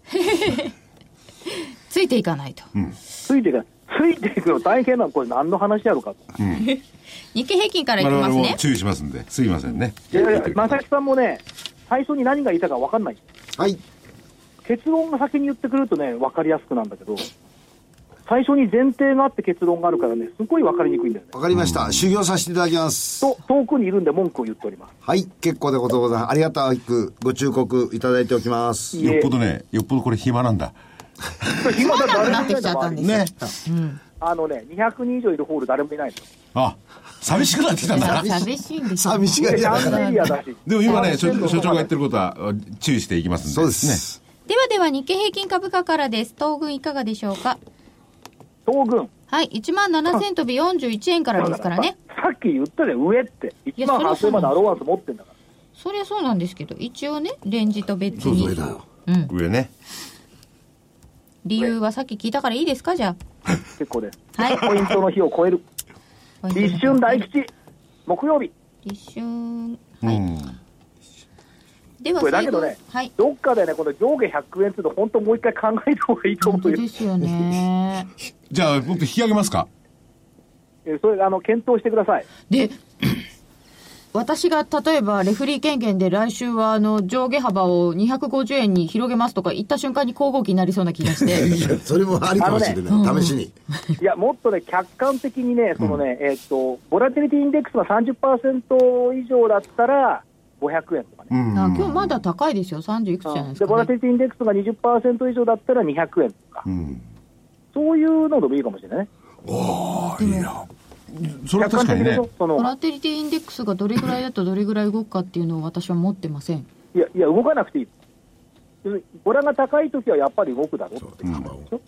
Speaker 4: ついていかないと。
Speaker 8: ついていく、ついていくの大変なの。これ何の話やろうかと。
Speaker 4: 日経平均からいき
Speaker 7: 我
Speaker 4: ま
Speaker 7: 々
Speaker 4: す
Speaker 7: も
Speaker 4: ね。
Speaker 7: 注意しますんで。すいませんね。
Speaker 8: いやいや、正木さんもね、最初に何が言いたいか分かんない。
Speaker 5: はい。
Speaker 8: 結論が先に言ってくるとね、分かりやすくなんだけど、最初に前提があって結論があるからね、すごい分かりにくいんだよね。
Speaker 5: わかりました。修行させていただきます。
Speaker 8: と、遠くにいるんで文句を言っております。
Speaker 5: はい。結構でございます。ありがたくご忠告いただいておきます。
Speaker 8: いえ
Speaker 7: よっぽどね、よっぽどこれ暇なんだ。
Speaker 8: 今だ
Speaker 1: な
Speaker 8: 誰
Speaker 1: っ
Speaker 8: も
Speaker 1: て
Speaker 8: いな
Speaker 1: き
Speaker 8: い
Speaker 1: ちゃったんですよ、
Speaker 7: ね
Speaker 1: きっと
Speaker 8: あのね、200人以上いるホール誰もいないの。
Speaker 7: あ、寂しくなってきたんだな。
Speaker 4: 寂しいんですよ。
Speaker 5: 寂しが
Speaker 8: で、
Speaker 5: り
Speaker 8: シ
Speaker 5: だ
Speaker 8: ャ
Speaker 5: か
Speaker 8: ンデ
Speaker 5: ら。
Speaker 8: リアだし。
Speaker 7: でも今ね、所所長が言って
Speaker 8: る。
Speaker 7: ることは注意していきますんで。
Speaker 5: そうです。
Speaker 4: ではでは日経平均株価からです。東軍いかがでしょうか
Speaker 8: 東軍。
Speaker 4: はい、1万7000飛び41円からですからね。
Speaker 8: さっき言ったじゃん、上って。1万
Speaker 4: いやそ
Speaker 8: 8000
Speaker 4: れはそう
Speaker 8: までアローワンス持ってんだから。
Speaker 4: そりゃそうなんですけど、一応ね、レンジと別
Speaker 5: そう
Speaker 4: に
Speaker 5: 上。だよ。
Speaker 7: ね。上ね。
Speaker 4: 理由はさっき聞いたからいいですかじゃ
Speaker 8: 結構です。
Speaker 4: あ。はい。
Speaker 8: ポイントの日を超える。
Speaker 4: ポイントの
Speaker 8: 立春大吉。木曜日。
Speaker 4: 立春。
Speaker 7: うん。
Speaker 4: では
Speaker 8: これだ
Speaker 4: 最
Speaker 8: け
Speaker 4: 後、
Speaker 8: どね
Speaker 4: はい。
Speaker 8: どっかでね、この上下100円っていうの本当もう一回考えた方がいいと
Speaker 4: 本
Speaker 8: 思う
Speaker 4: 当
Speaker 8: よ
Speaker 4: で。すよね。
Speaker 7: じゃあ、もっと引き上げますか。
Speaker 8: えそれあの検討してください。
Speaker 1: で私が例えばレフリー権限で来週はあの上下幅を250円に広げますとか言った瞬間に交互期になりそうな気がして
Speaker 5: いやそれもありかもしれない。試しに。
Speaker 8: いや、もっとね、客観的にね、そのね、えーっと、ボラティリティインデックスが30%以上だったら、500円とかね。
Speaker 1: あ今日まだ高いですよ30いくつじゃないです
Speaker 8: で、ボ
Speaker 1: か、
Speaker 8: ラ
Speaker 1: ね、
Speaker 8: ティリティインデックスが20%以上だったら200円とか、そういうのでもいいかもしれないね。
Speaker 7: それは確
Speaker 8: 客
Speaker 7: か
Speaker 8: 観的
Speaker 7: に
Speaker 8: で
Speaker 7: ね
Speaker 8: しょ、。そ
Speaker 1: ボ
Speaker 8: の、
Speaker 1: ラテリティインデックスがどれぐらいだとどれぐらい動くかっていうのを私は持ってません
Speaker 8: いや、いや、動かなくていい。要するにボラが高いときはやっぱり動くだろうっていう話でしょ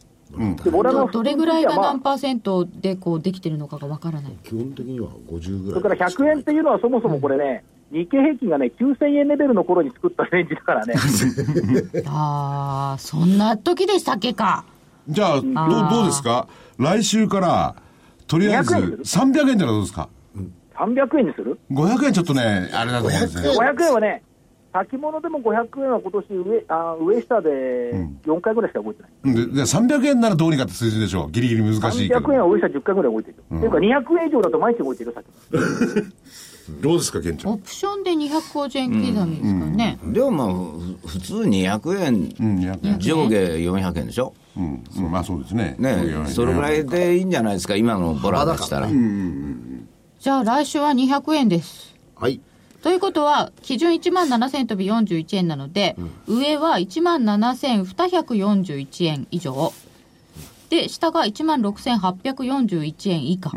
Speaker 8: でボラが
Speaker 1: ど
Speaker 8: 普通
Speaker 1: ど
Speaker 8: の
Speaker 1: れぐらい
Speaker 8: 時は
Speaker 1: が
Speaker 8: まあ
Speaker 1: 何パーセントでこうできてるのかがわからない
Speaker 5: 基本的には50ぐら
Speaker 8: そ
Speaker 5: い。
Speaker 8: れから100円っていうのはそもそもこれね、日経平均がね、9000円レベルの頃に作ったレンジだからね。
Speaker 1: あーそんな時でしたっけか
Speaker 7: じゃあ、どう
Speaker 1: あー
Speaker 7: どうですか来週から、とりあえず、
Speaker 8: 200円です
Speaker 7: 300円ならどうですか
Speaker 8: 300円にする
Speaker 7: ?500 円ちょっとね、あれだと思うんですね。
Speaker 8: 500円はね、先物でも500円は今年上あ上下で4回ぐらいしか動いてない、
Speaker 7: でで、300円ならどうにかって数字でしょう。ギリギリ難しいけど。
Speaker 8: 300円は上下10回ぐらい動いてるよ、っていうか200円以上だと毎日動いてるよ、先物
Speaker 7: どうですか、県
Speaker 4: オ
Speaker 7: 庁。
Speaker 4: プションで250円刻みですからね。
Speaker 6: でもまあ、ふ普通200
Speaker 7: うん、
Speaker 6: 円、
Speaker 7: 200円。
Speaker 6: 上下400円でしょ
Speaker 7: うん、うんまあそうですね。
Speaker 6: ねそれぐらいでいいんじゃないですか今のボラでしたら。
Speaker 4: じゃあ来週は200円です。
Speaker 5: はい。
Speaker 4: ということは、基準1万7000飛び41円なので、上は1万7241円以上。で、下が1万6841円以下。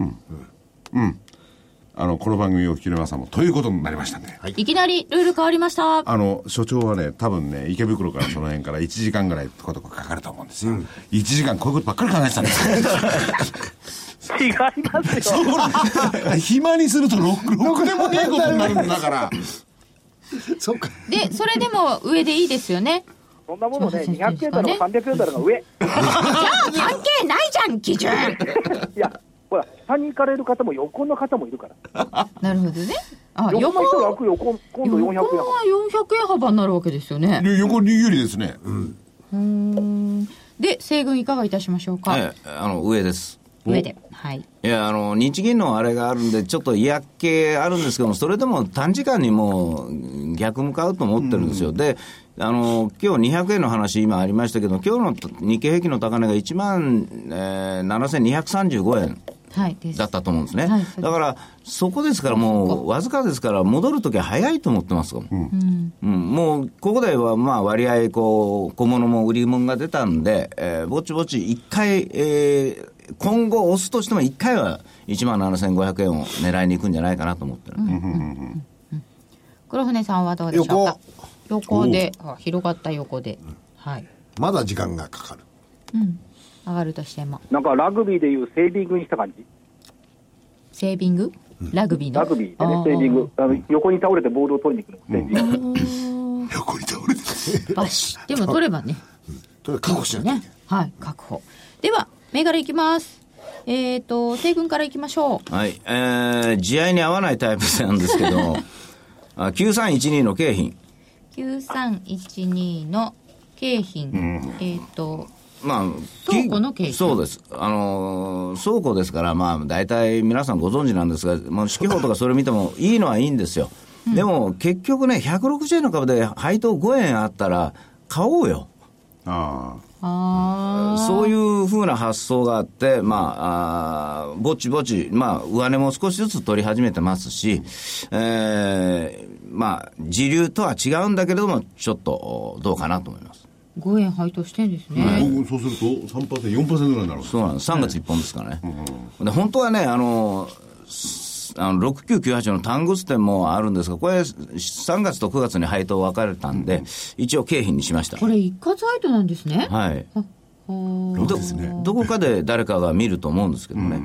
Speaker 7: あの、この番組を聞きの皆さんも、ということになりましたんで。
Speaker 4: いきなりルール変わりました。
Speaker 7: あの、所長はね、多分ね、池袋からその辺から1時間ぐらいとことかかかると思うんですよ。1時間こういうことばっかり考えてたんですよ。
Speaker 8: 違います よ、
Speaker 7: 暇にするとろく、ろくでもねえことになるんだから。
Speaker 5: そっか。
Speaker 4: で、それでも上でいいですよね。
Speaker 8: そんなものね、
Speaker 4: そうですね
Speaker 8: 200円だろうが300円だろうが上。
Speaker 4: じゃあ関係ないじゃん、基準。
Speaker 8: いや、ほら、下に行かれる方も横の方もいるから。
Speaker 4: なるほどね。あ、
Speaker 8: 横の人が
Speaker 4: は
Speaker 8: 開く横、今度
Speaker 4: 横
Speaker 8: 400円
Speaker 4: は400円幅になるわけですよね。
Speaker 7: で横に有利ですね。うん。
Speaker 4: うーん。で、西軍いかがいたしましょうか。
Speaker 6: ええあの、上です。
Speaker 4: 上で。はい。
Speaker 6: いや、あの、日銀のあれがあるんで、ちょっと嫌気あるんですけども、それでも短時間にもう逆向かうと思ってるんですよ。で、あの、今日200円の話、今ありましたけど、今日の日経平均の高値が1万、えー、7235円。
Speaker 4: はい。です
Speaker 6: だったと思うんですね、
Speaker 4: はいそうです
Speaker 6: だから、そこですから、もうわずかですから、戻るときは早いと思ってますよ、うんもうここではまあ割合こう、小物も売り物が出たんで、えーぼちぼち1回、えー今後押すとしても1回は1万7500円を狙いに行くんじゃないかなと思ってる、
Speaker 4: 黒船さんはどうでしょうか横
Speaker 7: 横
Speaker 4: であ広がった横で、はい
Speaker 5: まだ時間がかかる。
Speaker 4: 上がるとしても
Speaker 8: なんかラグビーでいうセービングにした感じ。
Speaker 4: セービングラグビーの
Speaker 8: ラグビーでね、セービング。あの横に倒れてボールを取りに行くのもセービング。
Speaker 5: 横に倒れて
Speaker 4: あーバシッでも取ればね
Speaker 5: とにかく確保しなきゃい
Speaker 4: ね
Speaker 5: けない。
Speaker 4: はい確保では銘柄いきますえっ、と西軍からいきましょう
Speaker 6: はい、えー、地合いに合わないタイプなんですけど、あ9312の景品。
Speaker 4: 9312の京浜、えっ、と
Speaker 6: まあ、
Speaker 4: 倉庫の経費
Speaker 6: そうです。あのー倉庫ですから、まあ、大体皆さんご存知なんですが、もう、四季報とかそれ見てもいいのはいいんですよ。でも、結局ね、160円の株で配当5円あったら、買おうよ。
Speaker 7: ああ。
Speaker 4: あ
Speaker 6: そういうふうな発想があって、まあ、あーぼちぼち、まあ、上値も少しずつ取り始めてますし、えーまあ、時流とは違うんだけれども、ちょっと、どうかなと思います。
Speaker 4: ー5円配当してんですね、
Speaker 7: 僕そうすると3%、4%ぐらいになるんです
Speaker 6: そうなんです。3月1本ですからね。で、本当はね、あの、すあの6998の単月点もあるんですが、これ、3月と9月に配当分かれたんで、一応景品にしました。
Speaker 4: これ一括配当なんですね、
Speaker 6: はい。
Speaker 4: は
Speaker 6: どどこかで誰かが見ると思うんですけどね。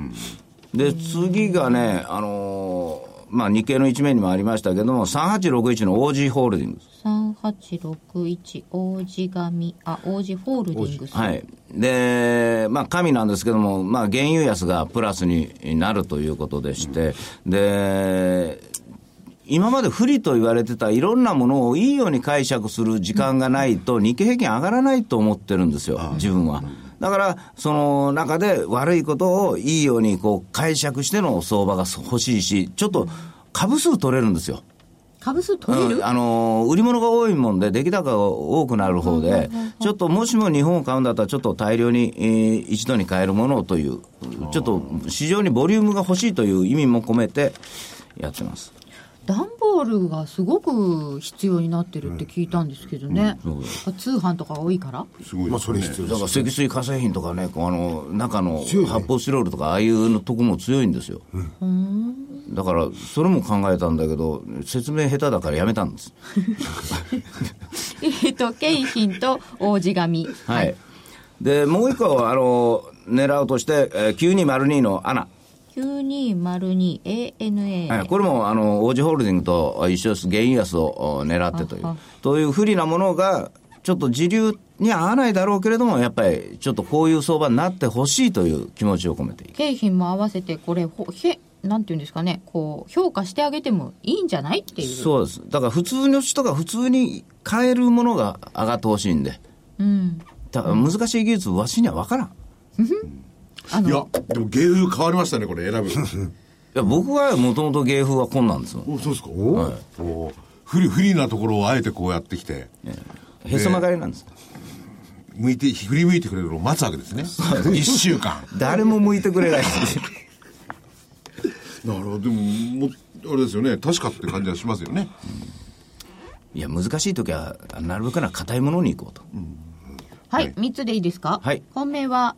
Speaker 6: で、次がね、あのーまあ、日経の一面にもありましたけども、3861の OG ホールディングス。
Speaker 4: 3861王子神あ王子ホールディングス
Speaker 6: はい。で、まあ、神なんですけども、まあ、原油安がプラスになるということでして、で、今まで不利と言われてたいろんなものをいいように解釈する時間がないと、日経平均上がらないと思ってるんですよ、自分は。だから、その中で悪いことをいいようにこう解釈しての相場が欲しいし、ちょっと株数取れるんですよ。
Speaker 4: 株数取れる、
Speaker 6: うんあのー売り物が多いもんで、出来高が多くなる方で、ちょっともしも日本を買うんだったら、ちょっと大量に、えー一度に買えるものをという、ちょっと市場にボリュームが欲しいという意味も込めてやってます。
Speaker 4: 段ボールがすごく必要になってるって聞いたんですけどね、通販とかが多いから
Speaker 7: すごい
Speaker 5: ま
Speaker 7: で
Speaker 5: あ、
Speaker 7: す
Speaker 5: そ
Speaker 7: ね
Speaker 5: れ。必要
Speaker 6: だから
Speaker 5: です。
Speaker 6: 積水化成品とかね、こうあの中の
Speaker 5: 強いね
Speaker 6: 発泡スチロールとか、ああいうのとこも強いんですよ。だから、それも考えたんだけど、説明下手だからやめたんです。
Speaker 4: えっと景品と王子神
Speaker 6: はい。で、もう一個、あの狙うとして、えー9202のアナ。
Speaker 4: 9202ANA、
Speaker 6: はい、これもあの王子ホールディングと一緒です、原油安をお狙ってという、という不利なものが、ちょっと時流には合わないだろうけれども、やっぱりちょっとこういう相場になってほしいという気持ちを込めていく
Speaker 4: 景品も合わせてこれほへなんていうんですかねこう評価してあげてもいいんじゃないっていう
Speaker 6: そうです、だから普通の人が普通に買えるものが上がってほしいんで、
Speaker 4: うん
Speaker 6: だから難しい技術、わしには分からん。
Speaker 4: あ
Speaker 7: い
Speaker 4: の
Speaker 7: や、でも芸風変わりましたね、これ選
Speaker 6: いや僕はもともと芸風はこんなんですもん
Speaker 7: ぶ。お、そうですか。おお不利、不利なところをあえてこうやってきて、
Speaker 6: へそ曲がりなんです、
Speaker 7: 向いて、振り向いてくれるのを待つわけですね。一週間。
Speaker 6: 誰も向いてくれない
Speaker 7: なるほど。でも、もうあれですよね。確かって感じはしますよね。
Speaker 6: いや難しい時はなるべくなら硬いものに行こうと、
Speaker 4: はい、三3つでいいですか、
Speaker 6: はい
Speaker 4: 本命は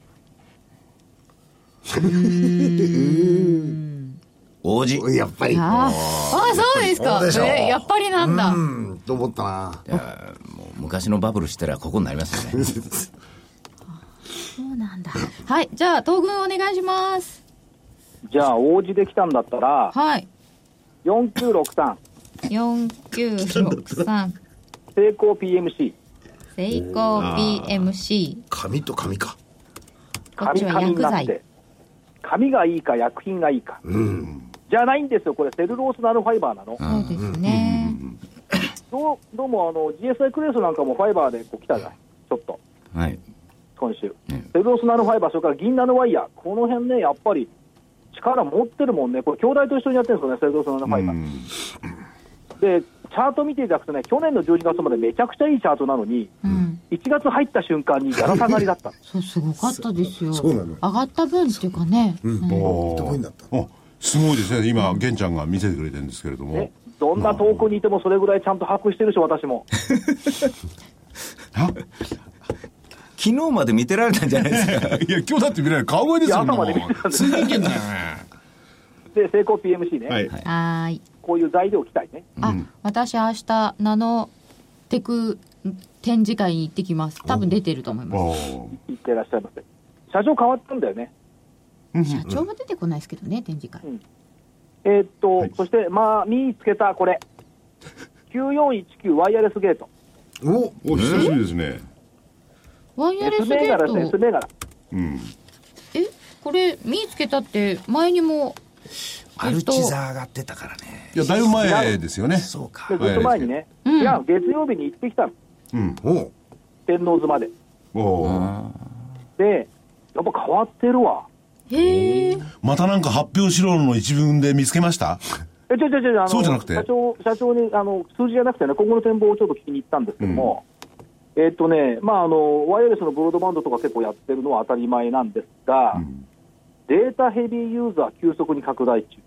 Speaker 6: 王子
Speaker 5: やっぱり。
Speaker 4: ああそうですか
Speaker 5: そうでしょう
Speaker 4: えやっぱりなんだ、
Speaker 5: うん、と思ったな。
Speaker 6: いやもう昔のバブルしたらここになりますよ ね
Speaker 4: そうなんだはいじゃあ東軍お願いします
Speaker 8: じゃあ、王子できたんだったら、
Speaker 4: はい
Speaker 8: 4963、
Speaker 4: 4963
Speaker 8: 成功 PMC。
Speaker 4: セイコー PMC。
Speaker 9: 紙と紙か。
Speaker 4: こっちは薬剤。
Speaker 8: 紙がいいか薬品がいいか、じゃないんですよ、これ、セルロースナノファイバーなの、
Speaker 4: そうですね。
Speaker 8: どうどうもあの GSI クレースなんかもファイバーでこう来たじゃない、ちょっと、
Speaker 6: はい。
Speaker 8: 今週、
Speaker 6: うん
Speaker 8: セルロースナノファイバー、それから銀ナノワイヤー、この辺ね、やっぱり力持ってるもんね、これ、兄弟と一緒にやってるんですよね、セルロースナノファイバー。で、チャート見ていただくとね、去年の12月までめちゃくちゃいいチャートなのに、
Speaker 4: うん。
Speaker 8: 1月入った瞬間にだら下がりだった。
Speaker 4: そう、すごかったですよ。
Speaker 9: そうなの
Speaker 4: 上がった分っていうかね。うん
Speaker 9: どこになった
Speaker 7: おすごいですね今玄ちゃんが見せてくれてるんですけれども
Speaker 8: ね、どんな遠くにいてもそれぐらいちゃんと把握してるし、私も。
Speaker 7: あ
Speaker 6: 昨日まで見てられたんじゃないですか。
Speaker 7: いや今日だって見られる顔声ですよ
Speaker 8: いや朝まで
Speaker 7: そんなもん
Speaker 8: 見てたんです
Speaker 7: すげえけんだよね
Speaker 8: で、成功 PMC ね、
Speaker 7: はい
Speaker 4: はーい。
Speaker 8: こういう材料期待ね。
Speaker 4: あ、私明日、ナノテク展示会に行ってきます。多分出てると思いま
Speaker 7: おー
Speaker 8: 行ってらっしゃいませ。社長変わったんだよね。
Speaker 4: す。社長は出てこないですけどね、展示会。
Speaker 8: えーっと、そして、まあ、見つけた、これ。9419ワイヤレスゲート。
Speaker 9: お
Speaker 7: お久しぶりですね
Speaker 4: ワイヤレ
Speaker 8: S
Speaker 4: スゲ
Speaker 8: 銘柄ですね、
Speaker 4: ー
Speaker 8: S
Speaker 4: ト。
Speaker 8: 銘柄。
Speaker 7: うん
Speaker 4: え、これ、見つけたって、前にも、
Speaker 9: アルチザーが出たからね。
Speaker 7: いやだいぶ前ですよね
Speaker 9: そうか。
Speaker 8: で、ずっと前にね、いや、月曜日に行ってきたの。
Speaker 7: うん
Speaker 9: お
Speaker 8: 天王洲まで。
Speaker 7: おー
Speaker 8: で、やっぱ変わってるわ。
Speaker 4: へえ。
Speaker 7: またなんか発表資料の一文で見つけました
Speaker 8: え、ちょちょちょ、あの、
Speaker 7: そうじゃなくて
Speaker 8: 社長、社長に、あの、数字じゃなくてね、今後の展望をちょっと聞きに行ったんですけども、えーっとね、まあ、あの、ワイヤレスのブロードバンドとか結構やってるのは当たり前なんですが、データヘビーユーザー急速に拡大中。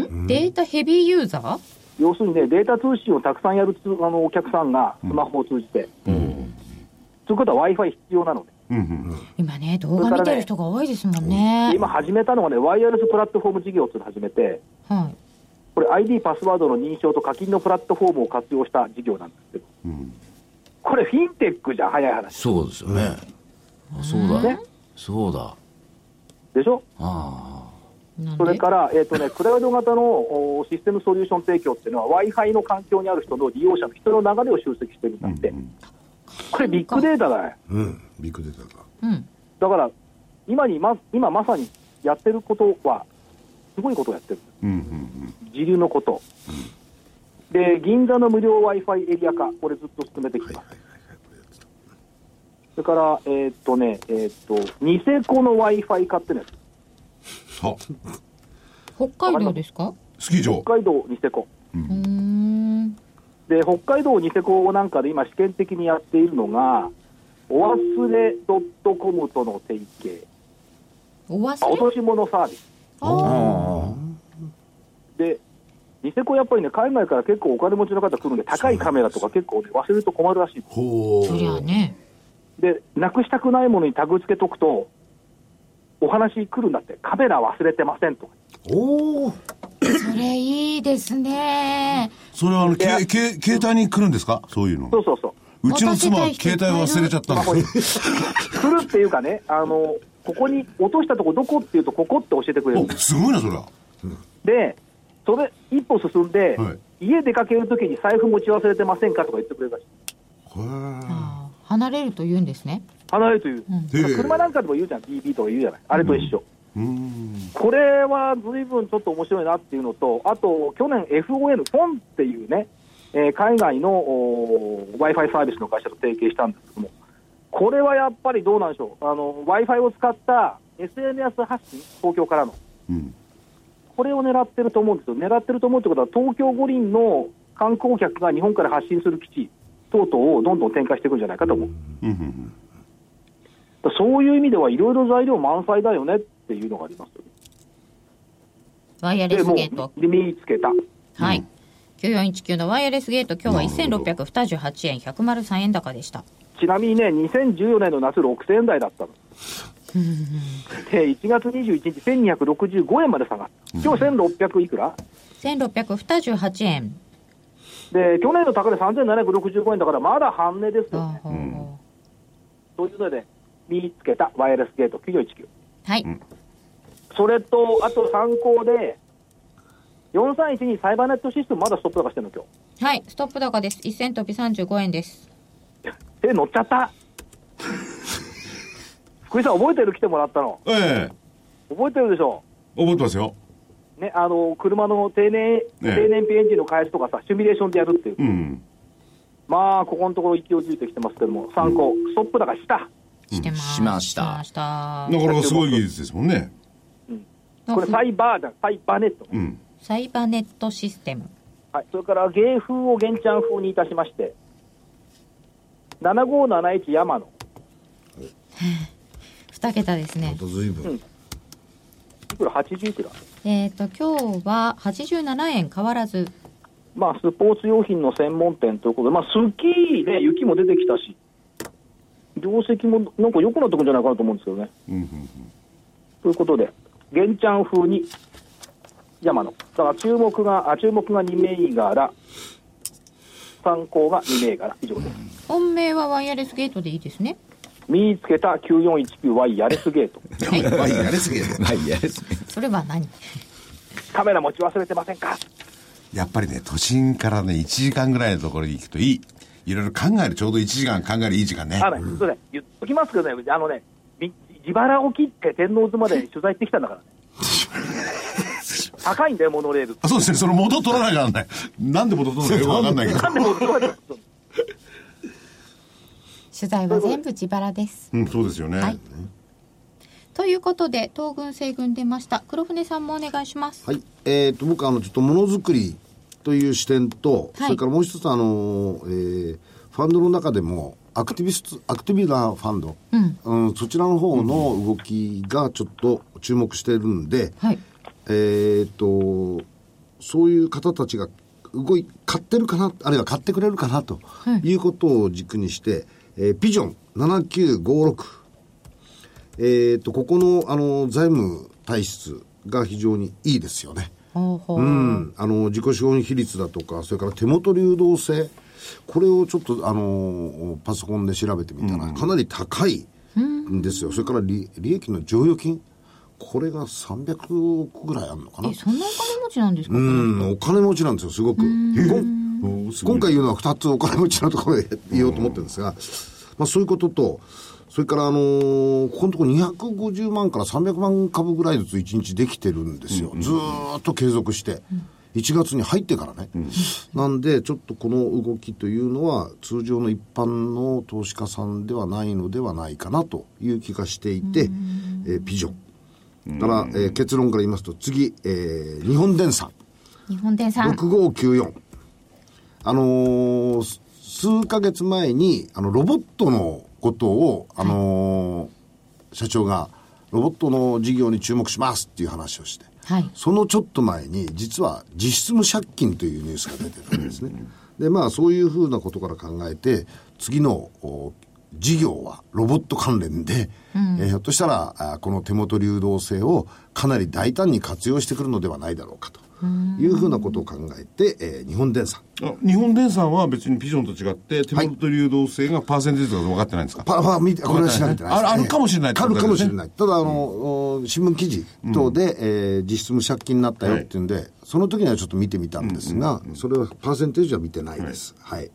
Speaker 4: んデータヘビーユーザー
Speaker 8: 要するにね、データ通信をたくさんやるつあのお客さんがスマホを通じて、ということは w i f i 必要なので、
Speaker 7: うんうん
Speaker 4: 今ね、動画見てる人が多いですもんね。
Speaker 8: 今始めたのがね、ワイヤレスプラットフォーム事業っていうのを始めて、
Speaker 4: はい。
Speaker 8: これ、ID、パスワードの認証と課金のプラットフォームを活用した事業なんですけど、これ、フィンテックじゃん、早い話。
Speaker 6: そうですよね。あそうだ
Speaker 8: ね。
Speaker 6: そうだ。
Speaker 8: でしょ
Speaker 6: あ
Speaker 4: なん
Speaker 8: そ
Speaker 4: で
Speaker 8: れから、えーとね、クラウド型のおシステムソリューション提供っていうのは、w i f i の環境にある人の利用者の人の流れを集積してるんだって、これ、ビッグデータだね。
Speaker 9: うん。ビッグデータだ。
Speaker 4: うん。
Speaker 8: だから今にま、今まさにやってることは、すごいことをやってる、
Speaker 7: うんうん
Speaker 8: 時流のこと、で銀座の無料 w i f i エリア化、これずっと進めてきてます、それから、えーっとね、えーっと、ニセコの w i f i 化っていうのやつ、
Speaker 7: あ
Speaker 4: 北海道ですか
Speaker 7: スキー場
Speaker 8: 北海道ニセコ、
Speaker 4: うーん。
Speaker 8: で北海道ニセコなんかで今、試験的にやっているのが、お忘れ .com との提携、
Speaker 4: お忘
Speaker 8: 落
Speaker 4: れ
Speaker 8: とし物サービス。で、ニセコやっぱりね、海外から結構お金持ちの方来るんで、高いカメラとか結構ね、忘れると困るらしい。
Speaker 9: ほ
Speaker 4: そりゃ
Speaker 9: う。
Speaker 4: ね。
Speaker 8: で、なくしたくないものにタグ付けとくと、お話来るんだって、カメラ忘れてませんとか。
Speaker 9: おお。
Speaker 4: それいいですね。
Speaker 7: それはあのけ
Speaker 8: で
Speaker 7: け携帯に来るんですかそういうの
Speaker 8: そうそうそう。
Speaker 7: うちの妻は
Speaker 4: 持たせた
Speaker 7: 携
Speaker 4: い人
Speaker 7: 帯忘れちゃったん です
Speaker 8: 来るっていうかね、あの、ここに落としたとこどこっていうと、ここって教えてくれる
Speaker 7: お。すごいなそれは
Speaker 8: で、それ一歩進んで、
Speaker 7: はい
Speaker 8: 家出かけるときに財布持ち忘れてませんかとか言ってくれるらしい。
Speaker 4: あー離れると言うんですね。
Speaker 8: 離れるという。
Speaker 9: へえ
Speaker 8: 車なんかでも言うじゃん、BB とか言うじゃない。あれと一緒。これは随分ちょっと面白いなっていうのと、あと、去年 FON、フォンっていうね、えー海外の w i f i サービスの会社と提携したんですけども、これはやっぱりどうなんでしょう、w i f i を使った SNS 発信、東京からの、
Speaker 7: うん
Speaker 8: これを狙ってると思うんですよ、狙ってると思うってことは、東京五輪の観光客が日本から発信する基地等々をどんどん展開していくんじゃないかと思う。
Speaker 7: うんうん
Speaker 8: だからそういう意味ではいろいろ材料満載だよねっていうのがありますよね
Speaker 4: ワイヤレ
Speaker 8: で
Speaker 4: ス
Speaker 8: も
Speaker 4: ゲート。
Speaker 8: うで見つけた。
Speaker 4: はい。9419のワイヤレスゲート、今日は1628円、103円高でした。
Speaker 8: ちなみにね、2014年の夏、6000円台だったの。で、1月21日、1265円まで下がった。今日1600いくら
Speaker 4: 1628円。
Speaker 8: で、去年の高値3765円だから、まだ半値ですよ
Speaker 4: あ
Speaker 8: ね。
Speaker 4: ー
Speaker 8: というので、見つけたワイヤレスゲート9419。
Speaker 4: はい。
Speaker 8: それと、あと参考で、431にサイバーネットシステムまだストップ高してるの、今日。
Speaker 4: はい。ストップ高です。1000飛び35円です。
Speaker 8: え、乗っちゃった。福井さん、覚えてる来てもらったの。
Speaker 7: え
Speaker 8: 覚えてるでしょ。
Speaker 7: え覚えてますよ。
Speaker 8: ね、あの、車の定年、
Speaker 7: ええ
Speaker 8: 定年ピエンジンの開始とかさ、シミュレーションでやるっていう。
Speaker 7: うん。
Speaker 8: まあ、ここのところ勢いづいてきてますけども、参考、ストップだから下。
Speaker 4: してます。
Speaker 6: しました
Speaker 4: しました
Speaker 7: なかなかすごい技術ですもんね。
Speaker 8: これ、サイバーじゃん、サイバーネット。
Speaker 7: うん。
Speaker 4: サイバーネットシステム。
Speaker 8: はい、それから芸風を玄ちゃん風にいたしまして、7571山野、
Speaker 4: 2桁ですね。
Speaker 9: と随分
Speaker 8: いくら80いくら、
Speaker 4: えっ、と、今日は87円変わらず。
Speaker 8: まあ、スポーツ用品の専門店ということで、まあ、スキーで雪も出てきたし、業績もなんか良くなってくるんじゃないかなと思うんですけどね。
Speaker 7: うんうん
Speaker 8: ということで、玄ちゃん風に山野、だから注目があ注目が2銘柄、参考が2銘柄以上です。
Speaker 4: 本命はワイヤレスゲートでいいですね。
Speaker 8: 見つけた 9419Y ヤレスゲート、
Speaker 9: まあやりすぎや
Speaker 6: まあ、いやですね。
Speaker 4: それは何
Speaker 8: カメラ持ち忘れてませんか
Speaker 7: やっぱりね、都心からね、1時間ぐらいのところに行くといい。いろいろ考える、ちょうど1時間考えるいい時間ね。
Speaker 8: あのね、そうね、言っときますけどね、あのね、み自腹を切って天王洲まで取材行ってきたんだからね。高いんだよ、モノレール。
Speaker 7: あそうですね、その元取らなきゃなんない。なんで元取らなきゃわかんないけど。
Speaker 8: なんでもどうやって
Speaker 4: 取材は全部自腹です。
Speaker 7: うん、そうですよね。
Speaker 4: はいということで、東軍西軍出ました。黒船さんもお願いします。
Speaker 9: はい。えっ、と、僕はあの、ちょっとものづくりという視点と、
Speaker 4: はい
Speaker 9: それからもう一つあの、えーファンドの中でも、アクティビスト、アクティビなファンド、
Speaker 4: うん
Speaker 9: そちらの方の動きがちょっと注目してるんで、
Speaker 4: はい
Speaker 9: えっ、と、そういう方たちが動い、買ってるかな、あるいは買ってくれるかなということを軸にして、えーピジョン7956、えっ、と、ここの、あの、財務体質が非常にいいですよね。
Speaker 4: ほうほう。
Speaker 9: うん、あの自己資本比率だとか、それから手元流動性、これをちょっとあのパソコンで調べてみたら、かなり高いんですよ、それから利利益の剰余金、これが300億ぐらいあるのかな
Speaker 4: え、。そんなお金持ちなんですか、
Speaker 9: うん、お金持ちなんですよ、すごく。こん今回言うのは2つお金持ちのところで言おうと思ってるんですが、まあそういうことと、それから、あのーここのところ250万から300万株ぐらいずつ1日できてるんですよ。ずーっと継続して。1月に入ってからね。なんで、ちょっとこの動きというのは、通常の一般の投資家さんではないのではないかなという気がしていて、えーピジョン。だから、えー結論から言いますと、次、えー日本電産。
Speaker 4: 日本電産。
Speaker 9: 6594あのーす数ヶ月前にあのロボットのことを、あのー社長がロボットの事業に注目しますっていう話をして、
Speaker 4: はい
Speaker 9: そのちょっと前に実は実質無借金というニュースが出てたんですねでまあそういうふうなことから考えて次のお事業はロボット関連で、えーひょっとしたらあこの手元流動性をかなり大胆に活用してくるのではないだろうかというふうなことを考えて、えー日本電産
Speaker 7: あ日本電産は別にピジョンと違って、手元と流動性がパーセンテージとか分かってないんですか、
Speaker 9: パパ見て、これは調べてないです、
Speaker 7: あるあるかもしれないって
Speaker 9: あ
Speaker 7: こ
Speaker 9: る
Speaker 7: とです
Speaker 9: か
Speaker 7: ね
Speaker 9: もしれない。ただ、あの、お新聞記事等で、えー実質無借金になったよっていうんで、その時にはちょっと見てみたんですが、それは、パーセンテージは見てないです。はい。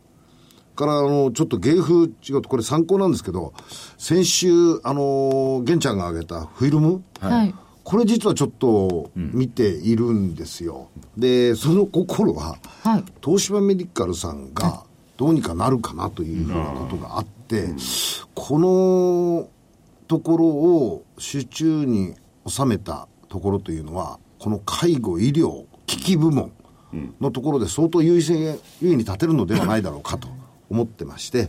Speaker 9: から、あの、ちょっと芸風違うと、これ参考なんですけど、先週、あの、玄ちゃんが挙げたフィルム。
Speaker 4: はい。
Speaker 9: これ実はちょっと見ているんですよ。で、その心は、
Speaker 4: はい
Speaker 9: 東芝メディカルさんがどうにかなるかなというふうなことがあって、このところを手中に収めたところというのは、この介護、医療、危機部門のところで相当優位性、優位に立てるのではないだろうかと思ってまして、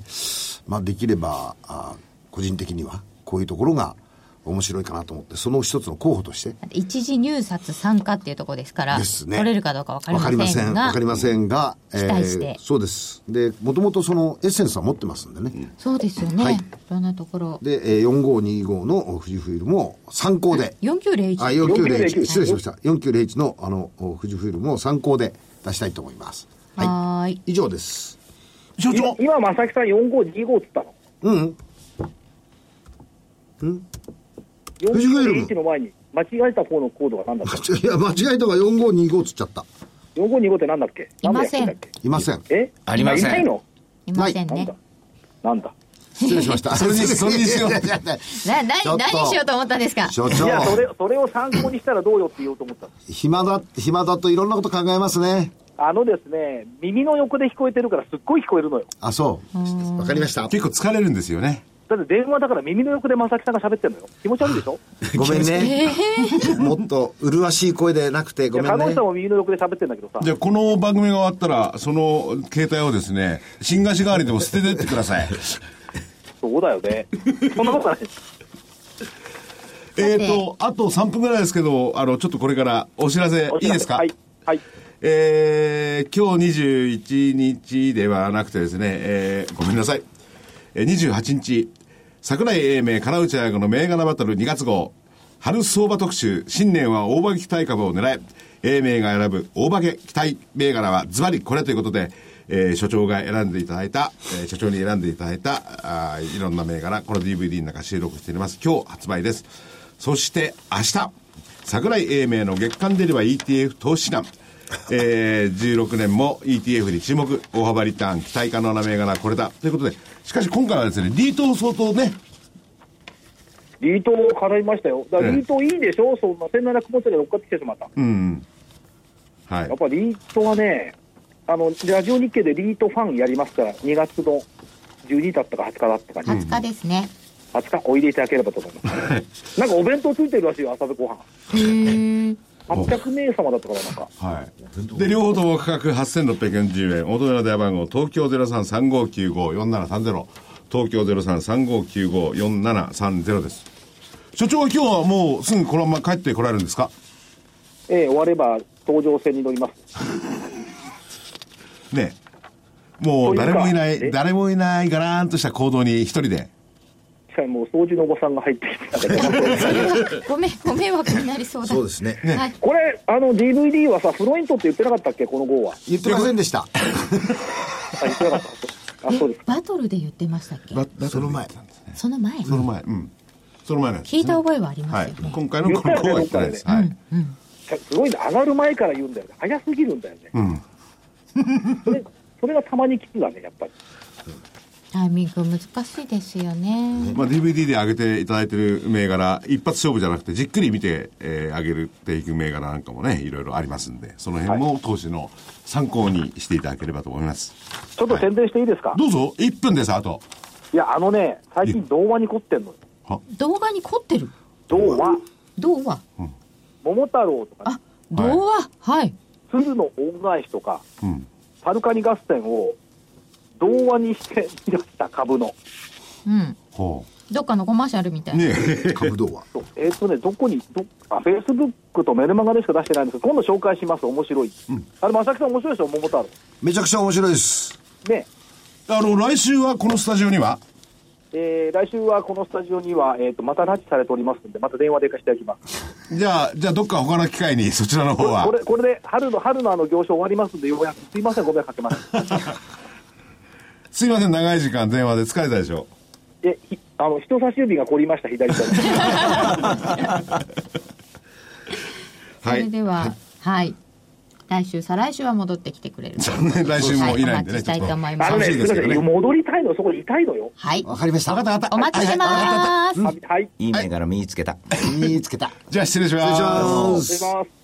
Speaker 9: まあできれば、あ個人的にはこういうところが面白いかなと思って、その一つの候補として、
Speaker 4: 一時入札参加っていうところですから、
Speaker 9: ですね。
Speaker 4: 取れるかどうか分かりませんが、
Speaker 9: わかりませんわかりま
Speaker 4: 期
Speaker 9: せんが、
Speaker 4: 待して
Speaker 9: そうです。で、もともとそのエッセンスは持ってますんでね。
Speaker 4: そうですよね。
Speaker 9: はい
Speaker 4: どんなところ。
Speaker 9: で、えー、4525の富士フイルムを参考で。あ、
Speaker 4: 4901。
Speaker 9: 4901。失礼しました。4901のあの、お富士フイルムを参考で出したいと思います。は
Speaker 4: はーい。
Speaker 9: い。以上です。
Speaker 7: 所
Speaker 8: 今
Speaker 7: 長、
Speaker 8: 今、正木さん4525っつったの。
Speaker 9: うん。 富士フイルム
Speaker 8: 4521の前に、間違えた方のコードが何だった の
Speaker 9: いや、間違えたが4525つっちゃった。
Speaker 8: 4525って何だっけ
Speaker 4: いません
Speaker 8: 何だっけ
Speaker 9: いません。
Speaker 8: え
Speaker 6: ありません
Speaker 8: いないの
Speaker 4: いません
Speaker 8: なん
Speaker 4: ね
Speaker 8: だ。なんだ
Speaker 9: 失礼しま した。
Speaker 7: それに それにしよう
Speaker 4: な、な、
Speaker 9: ちょっと
Speaker 4: 何しようと思ったんです か
Speaker 9: 所
Speaker 8: いやそれ
Speaker 9: 長、
Speaker 8: それを参考にしたらどうよって言おうと思ったんです
Speaker 9: 暇だ、暇だといろんなこと考えますね。
Speaker 8: あのですね耳の横で聞こえてるからすっごい聞こえるのよ
Speaker 9: あ、そう。わかりました。
Speaker 7: 結構疲れるんですよね。
Speaker 8: だって電話だから耳の横で正木さんが喋ってるのよ気持ち悪いでしょ
Speaker 9: ごめんね。もっと麗しい声でなくてご
Speaker 8: い
Speaker 9: め
Speaker 8: や
Speaker 9: ん
Speaker 8: 看護
Speaker 9: ね
Speaker 8: 師さん。も耳の横で喋ってるんだけどさ
Speaker 7: じゃあ、この番組が終わったら、その携帯をですね、新菓子代わりでも捨ててってくだ さい。
Speaker 8: そうだよ ねそんなことない
Speaker 7: えっと、あと3分ぐらいですけど、あの、ちょっとこれからお知らせ、いいですか
Speaker 8: はいはい
Speaker 7: えー今日21日ではなくてですね、えーごめんなさい。えー28日、桜井英明、金内彩子の銘柄バトル2月号、春相場特集、新年は大化け期待株を狙え、英明が選ぶ大化け期待銘柄はズバリこれということで、えー所長が選んでいただいた、えー所長に選んでいただいた、あーいろんな銘柄、この DVD の中収録しております。今日発売です。そして明日、桜井英明の月間出れば ETF 投資難。えー、16年も ETF に注目大幅リターン期待可能な銘柄はこれだということでしかし今回はですねリートを相当ね
Speaker 8: リートを払いましたよだから
Speaker 7: ええ
Speaker 8: リートいいでしょそんな1700持ちで乗っかってきてしまった
Speaker 7: うんはい
Speaker 8: やっぱリートはね、あのラジオ日経でリートファンやりますから、2月の12だったか20日だったかに、
Speaker 4: 20日ですね。
Speaker 8: 20日おいでいただければと思います。なんかお弁当ついてるらしいよ、朝でご飯800名様だったから、なんか、
Speaker 7: はい。で、両方とも価格8640円。お問い合わせ番号、東京0335954730。東京0335954730です。所長は今日はもうすぐこのまま帰ってこられるんですか
Speaker 8: ええ終われば東上線に乗ります。
Speaker 7: ねえもう誰もいな
Speaker 8: というか
Speaker 7: い、
Speaker 8: え
Speaker 7: 誰もいないガラーンとした行動に一人で。
Speaker 8: しかも、掃除のおばさんが入ってきてたけど、
Speaker 4: それはごめん、ご迷惑になりそうだ。
Speaker 9: そうですね。
Speaker 4: はい。
Speaker 8: これ、あの DVD はさ、フロイントって言ってなかったっけ、この号は。
Speaker 9: 言ってませんで した。
Speaker 8: あ、言ってなかった。あ、そうです。
Speaker 4: バトルで言ってましたっけ
Speaker 9: その前。
Speaker 4: その前
Speaker 7: その前、うん。その前なんです
Speaker 4: 聞
Speaker 7: ね、
Speaker 4: いた覚えはありま
Speaker 7: は
Speaker 4: す
Speaker 7: い
Speaker 4: よね。。
Speaker 7: 今回のこの行為は聞いてないです。はい。
Speaker 8: すごいね、上がる前から言うんだよね。早すぎるんだよね。
Speaker 7: うん。
Speaker 8: それ、それがたまにきつだね、やっぱり。
Speaker 4: タイミング難しいですよね。
Speaker 7: まあ、DVD で上げていただいてる銘柄一発勝負じゃなくてじっくり見て、えー上げていく銘柄なんかもねいろいろありますんでその辺も投資の参考にしていただければと思います、
Speaker 8: ちょっと宣伝していいですか、
Speaker 7: どうぞ1分ですあと
Speaker 8: いや、あのね、最近、童話に凝ってんのよ。
Speaker 4: 動画に凝ってる。
Speaker 8: 童話、
Speaker 4: 童話。
Speaker 8: 桃太郎とか、
Speaker 4: あ、童話。はい。
Speaker 8: 鶴の恩返しとか、
Speaker 7: うん
Speaker 8: パルカニ合戦を童話にして見出した株の。
Speaker 4: うん。
Speaker 7: ほ
Speaker 4: どっかのコマーシャルみたいうな。
Speaker 7: ねえ
Speaker 9: 株道は。
Speaker 8: そうえっ、とね、どこに、どあ、フェイスブックとメルマガでしか出してないんですけど、今度紹介します、面白い。あれ、正木さん面白いでしょ、桃太郎。
Speaker 9: めちゃくちゃ面白いです。
Speaker 8: ね、
Speaker 7: あの来週はこのスタジオには
Speaker 8: えー来週はこのスタジオには、えっ、と、また拉致されておりますんで、また電話で行かせていただきます。
Speaker 7: じゃあじゃあどっか他の機会にそちらの方は
Speaker 8: これ、これで、春の、春のあの行商終わりますんで、ようやく、すいません、ご迷惑かけました。
Speaker 7: すいません長い時間電話で疲れたでしょ
Speaker 8: え、ひあの、人差し指が凝りました、左手に。
Speaker 4: そ
Speaker 7: は
Speaker 4: れ
Speaker 7: い
Speaker 4: では、はい。来週、再来週は戻ってきてくれる。
Speaker 7: 来週もいないん
Speaker 4: はお待ち
Speaker 7: でね
Speaker 4: し
Speaker 7: ちょ
Speaker 4: た
Speaker 7: っ
Speaker 4: い
Speaker 7: と
Speaker 4: と思いま
Speaker 8: あ
Speaker 4: す。
Speaker 8: の
Speaker 7: 楽
Speaker 8: ね、
Speaker 7: しい
Speaker 8: す
Speaker 7: で
Speaker 8: み
Speaker 7: す
Speaker 8: ま
Speaker 7: けどね
Speaker 8: せん、戻りたいの、そこ痛いのよ。
Speaker 4: はい。
Speaker 9: わかりました。
Speaker 7: わかったわかった
Speaker 4: お待ちしてます。
Speaker 8: はい、はい、
Speaker 6: いい銘柄見つけた。
Speaker 9: 見つけた。
Speaker 7: じゃあ失礼します
Speaker 9: 失礼します
Speaker 8: 失礼します。